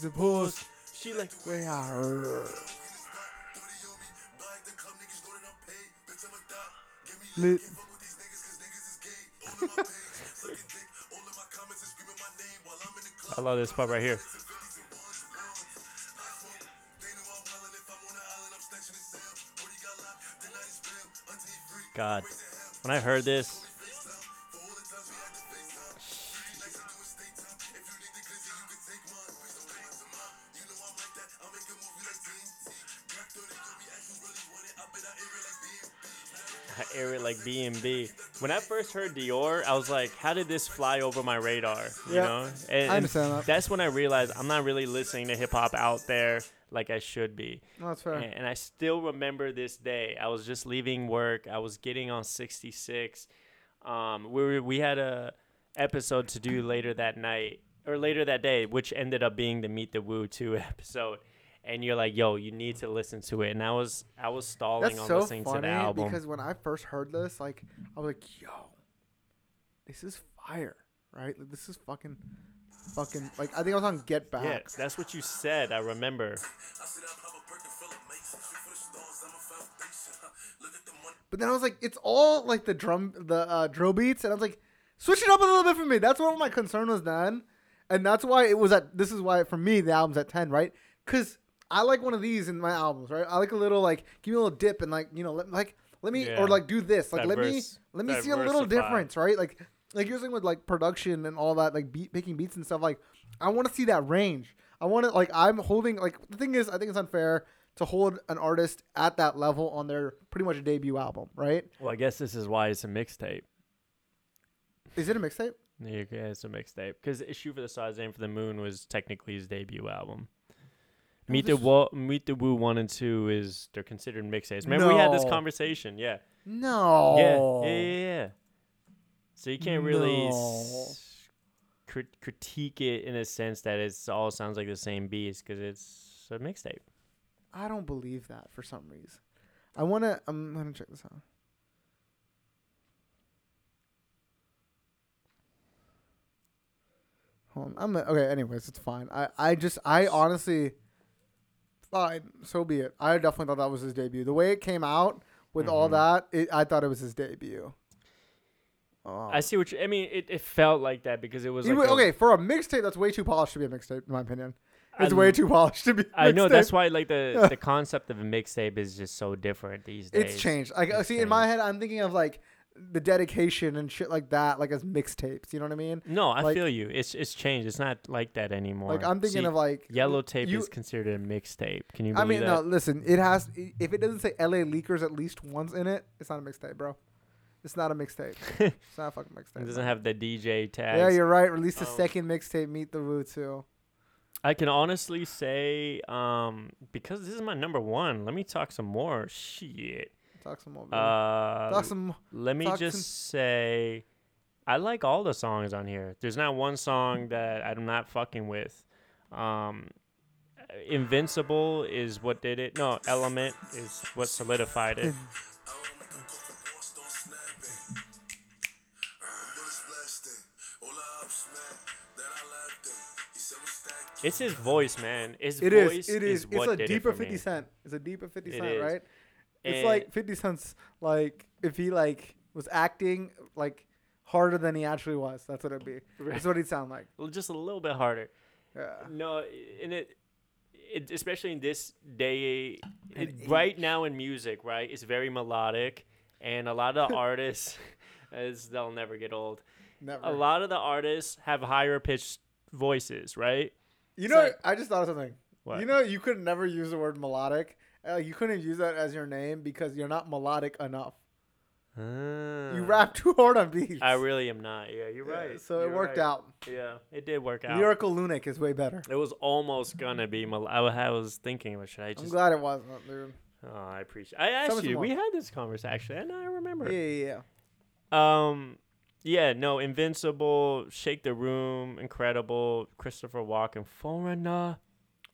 S2: The pours.
S1: She like
S2: Way I lit.
S1: I love this part right here. God, when I heard this, [laughs] I air it like B and B. When I first heard Dior, I was like, "How did this fly over my radar?" You
S2: Yeah,
S1: know, and,
S2: I
S1: and
S2: understand that.
S1: That's when I realized I'm not really listening to hip hop out there like I should be.
S2: No, that's fair.
S1: And, and I still remember this day. I was just leaving work. I was getting on 66. Um, we were, we had a episode to do later that night or later that day, which ended up being the Meet the Woo 2 [laughs] episode. And you're like, yo, you need to listen to it. And I was I was stalling
S2: That's
S1: on
S2: so
S1: listening to the
S2: funny
S1: album.
S2: because when I first heard this, like I was like, "Yo, this is fire!" Right? Like, this is fucking, fucking. Like I think I was on Get Back.
S1: yeah, that's what you said. I remember.
S2: But then I was like, it's all like the drum, the uh, drill beats, and I was like, switch it up a little bit for me. That's what my concern was then, and that's why it was at. This is why for me the album's at ten, right? Because I like one of these in my albums, right? I like a little like give me a little dip and like you know let, like let me
S1: Yeah.
S2: or like do this, like let me
S1: Diverse-
S2: let me see a little
S1: diversify.
S2: difference, right? Like like you're saying with like production and all that, like beat making beats and stuff. Like I want to see that range. I want to like I'm holding like the thing is I think it's unfair to hold an artist at that level on their pretty much debut album, right?
S1: Well, I guess this is why it's a mixtape.
S2: Is it a mixtape?
S1: Yeah, it's a mixtape because "Issue for the Size Aim for the Moon" was technically his debut album. Meet the
S2: this-
S1: Wo- Meet the Woo one and two is they're considered mixtapes. Remember we had this
S2: No.
S1: conversation, yeah,
S2: No.
S1: yeah, yeah, yeah, yeah. So you can't really
S2: No.
S1: s- crit- critique it in a sense that it's all sounds like the same beats because it's a mixtape.
S2: I don't believe that for some reason. I wanna. I'm gonna check this out. Hold on. I'm okay. Anyways, it's fine. I I just I honestly. Fine. So be it. I definitely thought that was his debut. The way it came out with all
S1: Mm-hmm.
S2: that, it, I thought it was his debut. Oh.
S1: I see what you. I mean, it, it felt like that because it was
S2: You would-
S1: like a-
S2: okay, for a mixtape, that's way too polished to be a mixtape, in my opinion. It's
S1: I
S2: way
S1: l-
S2: too polished to be. a
S1: I know that's
S2: mixtape.
S1: why like the
S2: [laughs] Yeah.
S1: the concept of a mixtape is just so different these days.
S2: It's changed. Like, uh,
S1: It's
S2: see, in my head, I'm thinking of like the dedication and shit like that, like as mixtapes. You know what I mean?
S1: No, I
S2: Like-
S1: feel you. It's it's changed. It's not like that anymore.
S2: Like I'm thinking
S1: See,
S2: of like
S1: yellow tape
S2: you-
S1: is considered a mixtape. Can you believe
S2: I mean,
S1: that?
S2: no. Listen, it has. If it doesn't say L.A. Leakers at least once in it, it's not a mixtape, bro. It's not a
S1: [laughs]
S2: mixtape. it's not a fucking
S1: It
S2: mixtape.
S1: doesn't have the DJ tag.
S2: Yeah, you're right. Release the
S1: Um,
S2: second mixtape, Meet the Woo too.
S1: I can honestly say, um, because this is my number one. Let me talk some more shit.
S2: Talk some more. baby.
S1: Uh,
S2: Talk some.
S1: let me
S2: talk
S1: just
S2: some-
S1: say, I like all the songs on here. There's not one song that I'm not fucking with. Um, Invincible is what did it. No, Element is what solidified it. It's his voice, man. His
S2: It is.
S1: voice
S2: It is.
S1: what
S2: it's a
S1: did it
S2: deeper
S1: for
S2: Fifty
S1: me.
S2: Cent. It's a deeper Fifty
S1: It
S2: Cent,
S1: is.
S2: right? It's
S1: And-
S2: like Fifty Cent's like if he like was acting like harder than he actually was. That's what it'd be. That's what he'd sound like.
S1: Well, just a little bit harder.
S2: Yeah.
S1: No, i- and it, it especially in this day, it, right now in music, right, it's very melodic, and a lot
S2: [laughs]
S1: of the artists, as they'll never get old.
S2: Never.
S1: A lot of the artists have higher pitched voices, right?
S2: You
S1: It's
S2: know,
S1: like-
S2: I just thought of something.
S1: What?
S2: You know, you could never use the word melodic. Uh, you couldn't use that as your name because you're not melodic enough. You
S1: Ah.
S2: rap too hard on beats.
S1: I really am not. Yeah, you're
S2: Yeah,
S1: right.
S2: So it
S1: You're
S2: worked
S1: right.
S2: out.
S1: Yeah, it did work out.
S2: Lyrical Lunatic is way better.
S1: It was almost gonna be. Mal- I wa- I was thinking, but should I
S2: I'm
S1: just?
S2: glad it wasn't, dude.
S1: Oh, I appreciate. I asked
S2: Someone's
S1: you.
S2: more.
S1: We had this conversation, actually, and I remember.
S2: Yeah, yeah, yeah.
S1: Um, yeah, no, Invincible, Shake the Room, Incredible, Christopher Walken, Foreigner,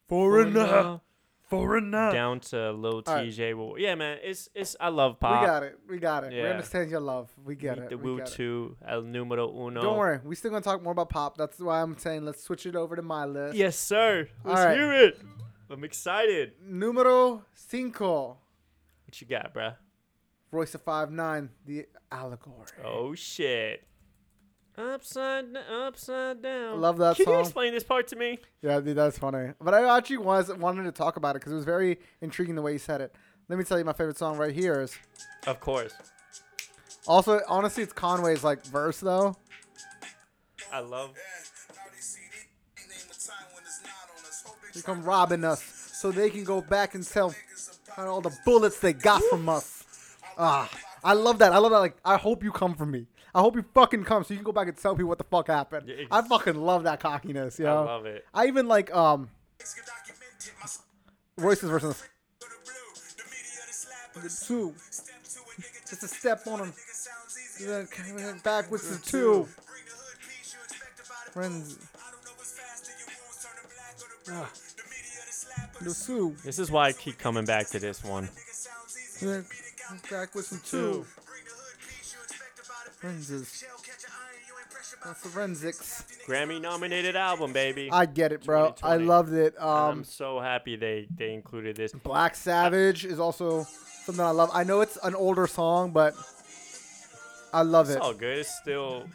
S1: Foreigner,
S2: Foreigner.
S1: down to Lil
S2: All right.
S1: TJ. Well, yeah, man, it's it's I love
S2: We
S1: pop.
S2: got it. We got it. We
S1: Yeah.
S2: understand your love. We get
S1: Meet
S2: it.
S1: the
S2: we
S1: Woo
S2: get it.
S1: Two, El Numero Uno.
S2: Don't worry. We still gonna talk more about pop. That's why I'm saying let's switch it over to my list.
S1: Yes, sir.
S2: All
S1: Let's
S2: right.
S1: hear it. I'm excited.
S2: Numero cinco.
S1: What you got, bruh?
S2: Royce of Five Nine. The allegory.
S1: Oh shit. Upside, d- upside down.
S2: love that
S1: Can you
S2: song.
S1: explain this part to me?
S2: Yeah, dude, that's funny. But I actually was wanted to talk about it because it was very intriguing the way you said it. Let me tell you, my favorite song right here is
S1: Of course.
S2: also honestly it's Conway's like verse though.
S1: I love.
S2: They come robbing us so they can go back and tell kind of all the bullets they got from us. Ah, I love that. I love that. Like, I hope you come for me. I hope you fucking come so you can go back and tell people what the fuck happened.
S1: Yeah,
S2: I fucking love that cockiness, yo.
S1: I love it.
S2: I even like um Royce's verse. on this. Two, just a step on him. Then coming backwards to two. Friends, Ah. the two.
S1: This is why I keep coming back to this one.
S2: Then backwards to two. Forensics. Uh, forensics.
S1: Grammy nominated album, baby.
S2: I get it, bro. I
S1: 2020.
S2: loved it.
S1: I'm
S2: Um,
S1: so happy they they included this.
S2: Black Savage is also something I love. I know it's an older song, but I love
S1: It's
S2: it.
S1: all good. It's still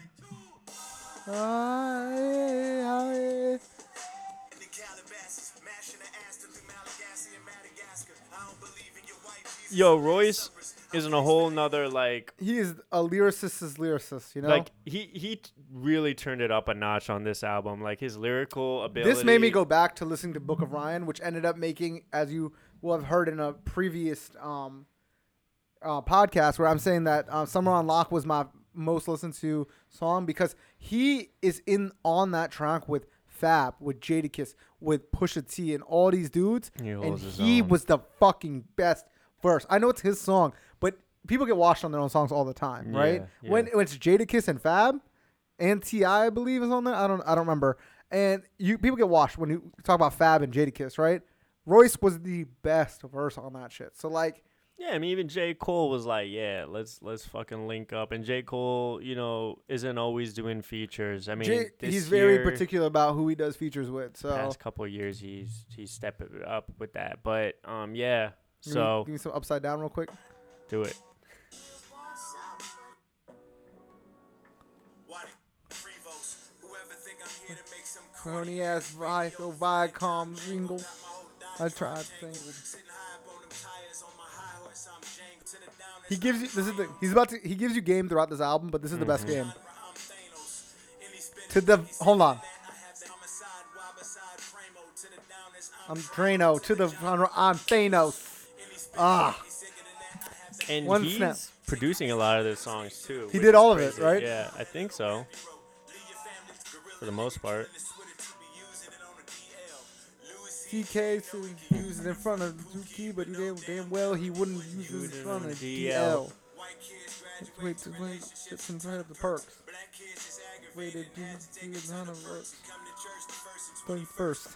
S2: I- I-
S1: yo Royce is in a whole nother like
S2: He is a lyricist's lyricist, you know.
S1: like he he t- really turned it up a notch on this album. Like his lyrical ability.
S2: this made me go back to listening to Book of Ryan, which ended up making, as you will have heard in a previous um, uh, podcast, where I'm saying that uh, "Summer on Lock" was my most listened to song because he is in on that track with Fab, with Jadakiss, with Pusha T, and all these dudes,
S1: He
S2: and
S1: holds his
S2: he
S1: own.
S2: was the fucking best verse. I know it's his song, but people get washed on their own songs all the time, right?
S1: yeah.
S2: When when it's Jadakiss and Fab, and Ti, I believe, is on there. I don't, I don't remember. And you people get washed when you talk about Fab and Jadakiss, right? Royce was the best verse on that shit. So like,
S1: Yeah, I mean, even J. Cole was like, "Yeah, let's let's fucking link up." And J. Cole, you know, isn't always doing features. I mean,
S2: J-
S1: this
S2: he's very
S1: year,
S2: particular about who he does features with. So
S1: Past couple of years, he's he's stepping it up with that. But um, yeah.
S2: give me-
S1: So
S2: give me some upside down real quick.
S1: do it.
S2: Crony ass Vico Viacom Ringo. I tried to think. of- He gives you this is the he's about to he gives you game throughout this album, but this is the best
S1: Mm-hmm.
S2: game. To the hold on. I'm Drano to the I'm Thanos. Ah,
S1: And
S2: One
S1: he's
S2: snap.
S1: producing a lot of those songs too.
S2: He
S1: which
S2: did
S1: is
S2: all of it,
S1: crazy.
S2: right?
S1: Yeah, I think so. For the most part,
S2: TK so he used it in front of Zuki, but he damn, damn well he wouldn't use it in front of DL. Wait to wait, it's in front of the perks. Wait to do do it none of us. But first,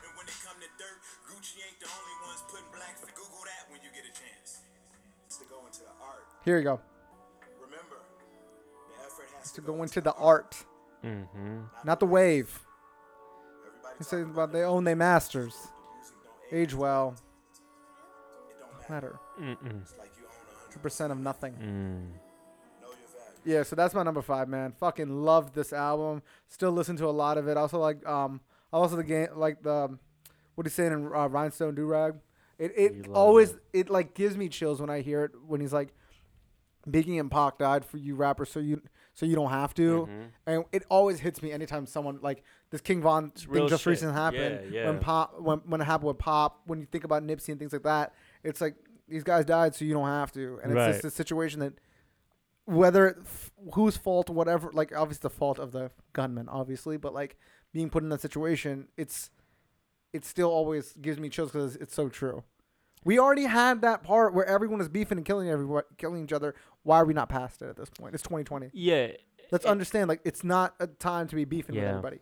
S2: here you go. To go into the art,
S1: hmm
S2: not the wave. He says about they own their masters. Age well. Matter.
S1: Mm-mm.
S2: Two percent of nothing.
S1: Mm.
S2: Yeah, so that's my number five, man. Fucking loved this album. Still listen to a lot of it. Also like um, I also the game like the um, what he's saying in uh, Rhinestone Do Rag. It
S1: You
S2: it
S1: love
S2: always it like gives me chills when I hear it when he's like Biggie and Pac died for you rappers, so you so you don't have to.
S1: Mhm.
S2: And it always hits me anytime someone like this King Von
S1: real
S2: thing just
S1: shit.
S2: recently happened.
S1: Yeah, yeah.
S2: When pop, when when it happened with pop, when you think about Nipsey and things like that, it's like these guys died, so you don't have to. And
S1: Right.
S2: it's just a situation that whether it f- whose fault, whatever, like obviously the fault of the gunman, obviously, but like being put in that situation, it's it still always gives me chills because it's so true. We already had that part where everyone is beefing and killing everyone, killing each other. Why are we not past it at this point? It's 2020.
S1: Yeah,
S2: Let's understand, like, it's not a time to be beefing with
S1: Yeah.
S2: everybody.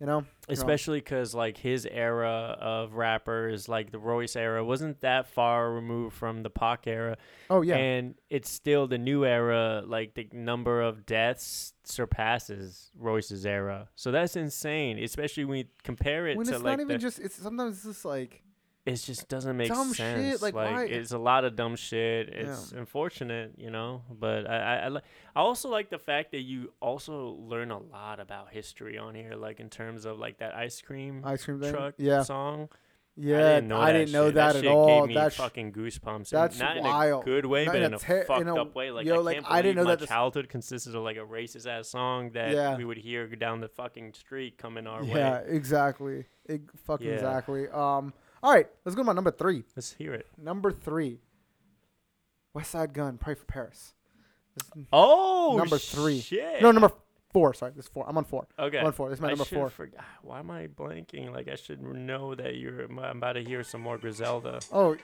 S2: You know,
S1: especially because like his era of rappers, like the Royce era, wasn't that far removed from the Pac era.
S2: Oh yeah,
S1: and it's still the new era. Like the number of deaths surpasses Royce's era, so that's insane. Especially when you compare it
S2: when
S1: to
S2: it's
S1: like
S2: not even
S1: the,
S2: just it's sometimes it's just like
S1: it just doesn't make
S2: dumb shit,
S1: sense.
S2: like,
S1: Like,
S2: why-
S1: it's a lot of dumb shit. It's unfortunate, you know. But I, I, I, li- I also like the fact that you also learn a lot about history on here, like in terms of like that ice cream
S2: ice cream thing.
S1: truck
S2: yeah,
S1: song.
S2: yeah.
S1: I didn't know that, shit. that
S2: at
S1: shit
S2: all.
S1: Gave me
S2: That's
S1: fucking goosebumps.
S2: that's
S1: That's not
S2: wild.
S1: in a good way,
S2: Not in
S1: but
S2: a
S1: in a,
S2: ter- in
S1: fucked
S2: a-
S1: up way. Like
S2: yo,
S1: I
S2: like,
S1: can't believe
S2: I didn't know
S1: my
S2: that this-
S1: childhood consisted of like a racist ass song that
S2: Yeah.
S1: we would hear down the fucking street coming our
S2: yeah,
S1: way.
S2: exactly. Ig- fucking
S1: Yeah.
S2: exactly. Um, all right, let's go to my number three.
S1: Let's hear it.
S2: Number three, West Side Gun, Pray for Paris.
S1: Oh,
S2: number three.
S1: Shit.
S2: No, number four. Sorry, this is four. I'm on four.
S1: Okay.
S2: I'm on four. This is my
S1: I
S2: number
S1: should've
S2: four.
S1: forg- Why am I blanking? Like I should know that you're. I'm about to hear some more Griselda.
S2: Oh,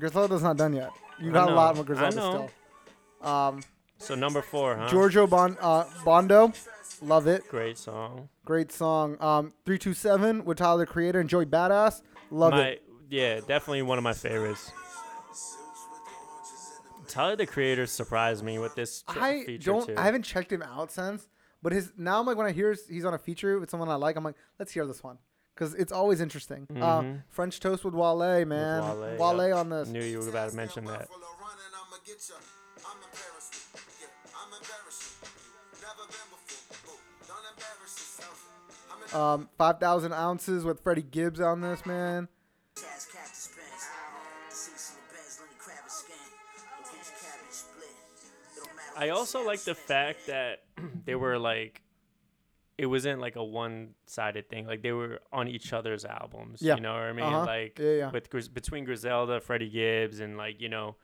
S2: Griselda's not done yet. You
S1: I
S2: got a lot
S1: know,
S2: more
S1: I
S2: Griselda
S1: know.
S2: still. Um,
S1: So number four, huh?
S2: Giorgio bon- uh, Bondo, love it.
S1: Great song.
S2: Great song. Um, 327 with Tyler the Creator and Joey Badass, love
S1: my
S2: it.
S1: yeah, definitely one of my favorites. Tyler the Creator surprised me with this tr-
S2: I
S1: feature
S2: don't.
S1: too.
S2: I haven't checked him out since, but his now I'm like when I hear he's on a feature with someone I like, I'm like, let's hear this one because it's always interesting. Uh,
S1: Mhm.
S2: French toast with Wale, man.
S1: Wale,
S2: Wale,
S1: yep.
S2: on this.
S1: knew you were about to mention that.
S4: I'm embarrassed. Yeah, I'm embarrassed. Never been before. Boo. Don't embarrass yourself. I'm embarrassed.
S2: Um, five thousand ounces with Freddie Gibbs on this, man.
S5: Jazz cactus bands. The seats in the bands, let me grab a scan. Against cabbage split. It don't matter
S1: I
S5: what
S1: also like the
S5: Spanish
S1: fact
S5: is.
S1: that [clears throat] they were like, it wasn't like a one-sided thing. Like they were on each other's albums.
S2: Yeah.
S1: You know what I mean?
S2: Uh-huh.
S1: Like
S2: Yeah, yeah.
S1: with Gris- between Griselda, Freddie Gibbs, and like you know,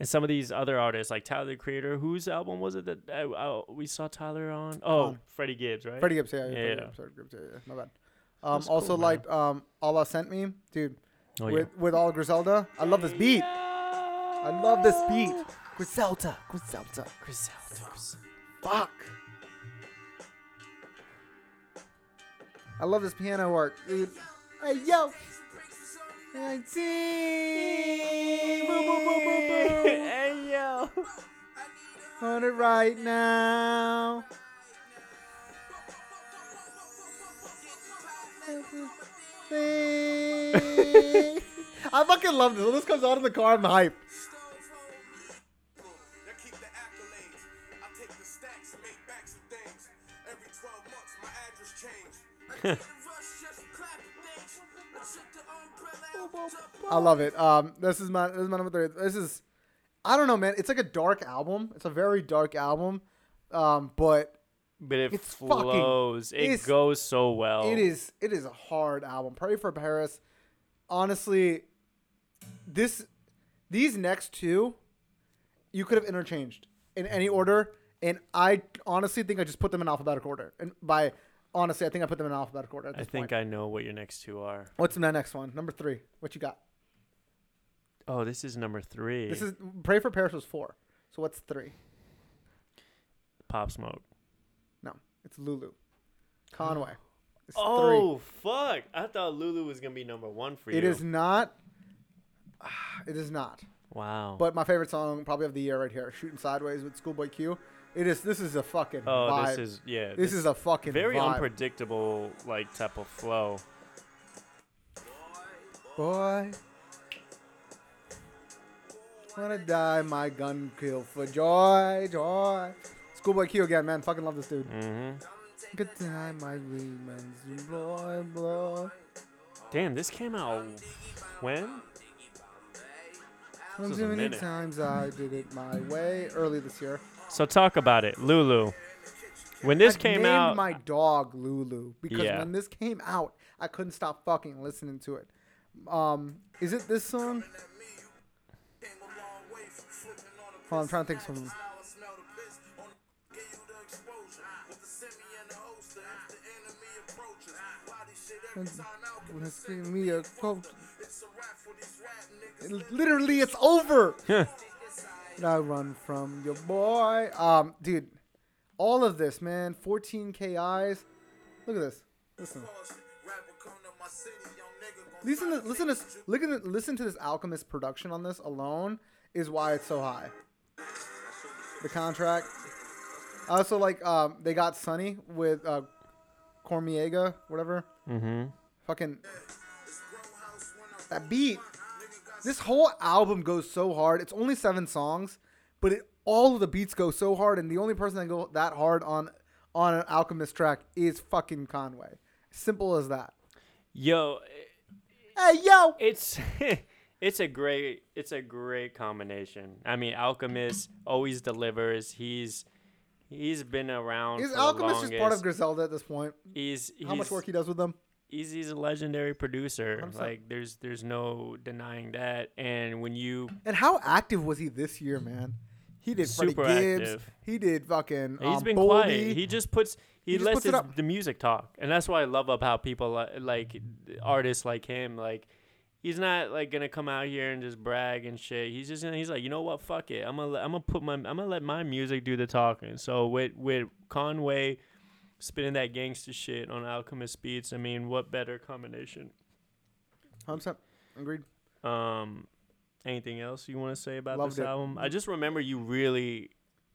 S1: and some of these other artists like Tyler the Creator. Whose album was it that uh, uh, we saw Tyler on? Oh,
S2: On.
S1: Freddie Gibbs, right?
S2: Um, Freddie Gibbs, yeah, yeah. Freddie
S1: Yeah.
S2: Gibbs, Freddie Gibbs, yeah, yeah. My bad. Um,
S1: That's
S2: also
S1: cool, man.
S2: liked um, Allah sent me, dude.
S1: Oh, yeah.
S2: with with all Griselda, I love this beat. I love this beat. Griselda, Griselda,
S1: Griselda. Griselda.
S2: fuck. I love this piano work, dude. Hey yo, nineteen, boom, boom, boom, boom, [laughs] boom.
S1: hey yo.
S2: on it right now.
S1: [laughs]
S2: I fucking love this. When this comes out in the car, I'm hype.
S4: Now keep the accolades. I take the stacks, make backs of things. Every 12 months, my address change.
S2: I love it. Um, this is my this is my number three. This is, I don't know, man. It's like a dark album. It's a very dark album, um, but
S1: But it
S2: It's fucking-
S1: flows.
S2: it's-
S1: it goes so well.
S2: it is it is a hard album. Pray for Paris. Honestly, this these next two, you could have interchanged in any order, and I honestly think I just put them in alphabetical order. And by honestly, I think I put them in alphabetical order. At
S1: I
S2: this
S1: think
S2: Point.
S1: I know what your next two are.
S2: What's my next one? Number three. What you got?
S1: Oh, this is number three.
S2: This is Pray for Paris was four. So what's three?
S1: Pop Smoke.
S2: No, it's Lulu. Conway. It's
S1: Oh fuck! I thought Lulu was gonna be number one for
S2: three.
S1: you.
S2: It is not. [sighs] It is not.
S1: Wow.
S2: But my favorite song probably of the year right here, "Shooting Sideways" with Schoolboy Q. It is. This is a fucking.
S1: oh,
S2: vibe.
S1: this is yeah.
S2: This, is a fucking.
S1: very
S2: vibe.
S1: unpredictable like type of flow.
S2: Boy. Wanna die, my gun kill for joy, joy. Schoolboy Q again, man. Fucking love this dude.
S1: Mm-hmm.
S2: Good time, my demons, boy, boy.
S1: Damn, this came out when? This was a
S2: many
S1: minute.
S2: times I did it my way early this year.
S1: So talk about it, Lulu. When this
S2: I
S1: came
S2: named
S1: out,
S2: my dog Lulu because
S1: Yeah.
S2: when this came out, I couldn't stop fucking listening to it. Um, is it this song? Hold on, I'm trying to think of some. Let's give me a quote. It- Literally, it's over. And I run from your boy. Um, dude, all of this, man. 14 KIs. Look at this. Listen. Listen to listen to look at the- listen to this Alchemist production on this alone is why it's so high. The contract. I also like um, they got Sunny with uh, Cormiega, whatever. Mm-hmm. Fucking that beat. This whole album goes so hard. It's only seven songs, but it, all of the beats go so hard, and the only person that go that hard on on an Alchemist track is fucking Conway. Simple as that.
S1: yo,
S2: Hey yo.
S1: it's [laughs] it's a great it's a great combination. I mean, Alchemist always delivers. He's he's been around.
S2: Is
S1: for the
S2: Alchemist just part of
S1: longest.
S2: Griselda at this point?
S1: He's, he's
S2: How much work he does with them?
S1: he's, he's a legendary producer.
S2: 100%.
S1: Like there's there's no denying that. And when you
S2: And how active was he this year, man? He did
S1: Super
S2: Freddie Gibbs.
S1: active.
S2: He did fucking.
S1: He's
S2: um,
S1: been
S2: Boldy.
S1: quiet. He just puts he,
S2: He just
S1: lets
S2: puts it
S1: his,
S2: up.
S1: the music talk, and that's why I love about people li- like artists like him. Like he's not like gonna come out here and just brag and shit. He's just gonna, he's like, you know what? Fuck it. I'm gonna let- I'm gonna put my I'm gonna let my music do the talking. So with with Conway spinning that gangster shit on Alchemist beats, I mean, what better combination?
S2: 100%. Agreed.
S1: Um, anything else you want to say about
S2: Loved
S1: this
S2: it.
S1: album? I just remember you really.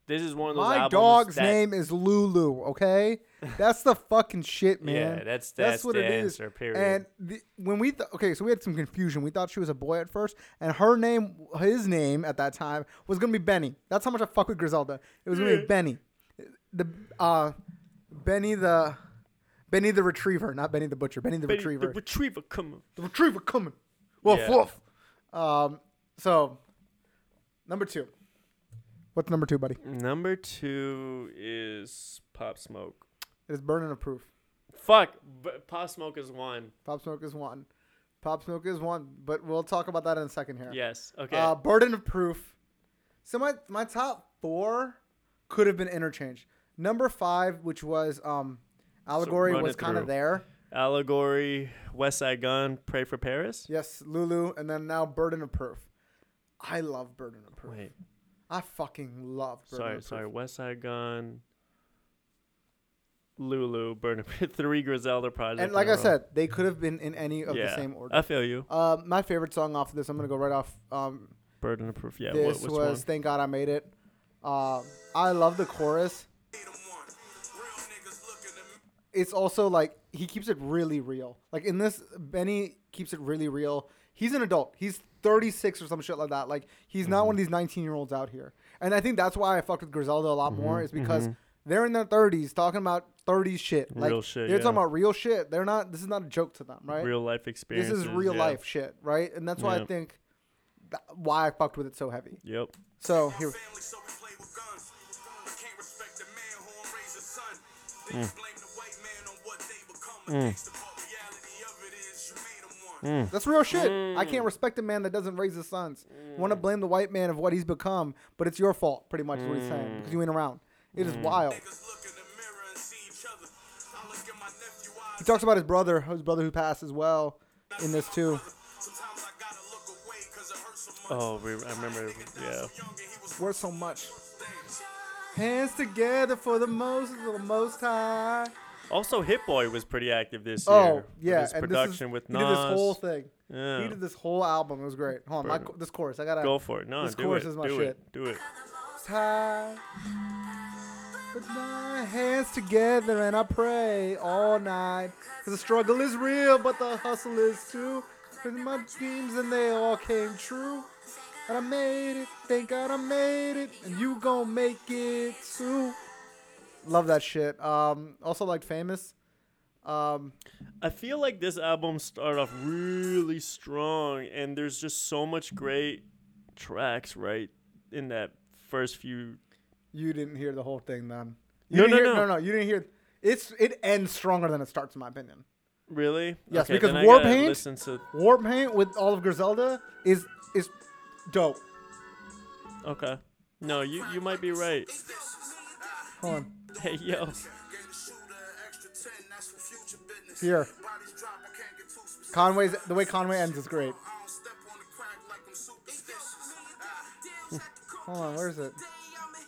S1: This is one of those
S2: My
S1: albums
S2: dog's
S1: that-
S2: name is Lulu. Okay, that's the fucking shit, man.
S1: [laughs] Yeah, that's that's, the answer. Period.
S2: And the, when we th- okay, so we had some confusion. We thought she was a boy at first, and her name, his name at that time was gonna be Benny. That's how much I fuck with Griselda. It was gonna be Benny, the uh, Benny the, Benny the retriever, not Benny the butcher, Benny the
S1: Benny
S2: retriever,
S1: The retriever, come on.
S2: the retriever coming. Woof
S1: Yeah.
S2: woof. Um, so number two. What's number two, buddy?
S1: Number two is Pop Smoke.
S2: It is burning of proof.
S1: Fuck, but Pop Smoke is one.
S2: Pop Smoke is one. Pop Smoke is one, but we'll talk about that in a second here.
S1: Yes. Okay.
S2: Uh, burden of proof. So my my top four could have been interchanged. Number five, which was um, allegory,
S1: run
S2: was
S1: it
S2: kind
S1: through.
S2: of there.
S1: Allegory, West Side Gun, Pray for Paris.
S2: Yes, Lulu, and then now burden of proof. I love burden of proof.
S1: Wait.
S2: I fucking love. Burden
S1: Sorry.
S2: of
S1: Sorry.
S2: Proof.
S1: West Side Gun. Lulu, Burn [laughs] three Griselda projects.
S2: And
S1: in
S2: like
S1: a
S2: I
S1: row.
S2: said, they could have been in any of
S1: yeah,
S2: the same order.
S1: I feel you.
S2: Uh, my favorite song off of this, I'm gonna go right off. Um,
S1: Burden of proof. Yeah.
S2: this
S1: what, which
S2: was
S1: one?
S2: "Thank God I Made It." Uh, I love the chorus. It's also like he keeps it really real. Like in this, Benny keeps it really real. He's an adult. He's 36 or some shit like that. Like he's
S1: Mm-hmm.
S2: not one of these 19 year olds out here. And I think that's why I fucked with Griselda a
S1: Mm-hmm.
S2: lot more is because they're in their 30s talking about 30s shit. Like
S1: Real shit,
S2: they're talking
S1: yeah.
S2: about real shit. They're not. This is not a joke to them, right?
S1: real life
S2: this
S1: experience.
S2: is real life shit, right? And that's why
S1: Yeah.
S2: I think th- why I fucked with it so heavy.
S1: Yep.
S2: So Oh, here.
S4: family, so we play with guns. But can't respect the man who don't raise his son.
S2: Hmm.
S4: They blame the white man on what they become. A gangster, but reality of it is you made 'em one.
S2: That's real shit. I
S1: Mm.
S2: can't respect a man that doesn't raise his sons. Want to blame the white man of what he's become, but it's your fault, pretty much, is what he's
S1: Mm.
S2: saying, because you ain't around. It is wild.
S4: Niggas look in the mirror and see each other. I look at my nephew
S2: He
S4: eyes.
S2: talks about his brother, his brother who passed as well in this too.
S4: Sometimes I gotta look away 'cause it hurts so much.
S1: Oh, re- I remember. Yeah.
S4: Young and he was
S2: Worth so much. Hands together for the most, the most high.
S1: [laughs] Also, Hit Boy was pretty active this
S2: Oh
S1: year.
S2: yeah,
S1: With his
S2: and
S1: production
S2: this is,
S1: with
S2: he did this
S1: Nas.
S2: whole thing.
S1: Yeah.
S2: He did this whole album. It was great. Hold on, my,
S1: Bro.
S2: this chorus I gotta
S1: Go for it. No,
S2: This
S1: do
S2: chorus
S1: it.
S2: is my
S1: do it.
S2: shit.
S1: Do it.
S2: high. Put my hands together and I pray all night. 'Cause the struggle is real, but the hustle is too. With my dreams and they all came true. And I made it, thank God I made it, and you gon' make it too. Love that shit. Um, also like famous. Um,
S1: I feel like this album started off really strong, and there's just so much great tracks right in that first few.
S2: You didn't hear the whole thing then. You
S1: No,
S2: didn't
S1: no,
S2: hear,
S1: no.
S2: no, no. You didn't hear. It's it ends stronger than it starts, in my opinion.
S1: Really?
S2: Yes,
S1: Okay,
S2: because
S1: then I
S2: War
S1: gotta
S2: Paint-
S1: Listen to.
S2: War Paint with all of Griselda is is dope.
S1: Okay. No, you you might be right. [laughs]
S2: Hold on,
S1: Hey yo.
S4: Gave the shooter an extra 10, that's for future business.
S2: Here.
S4: Bodies drop, I can't get too specific.
S2: Conway's the way Conway ends is great.
S4: I don't step on the crack like I'm superstitious.
S2: Hold on, where is it?
S4: Yeah, I'ma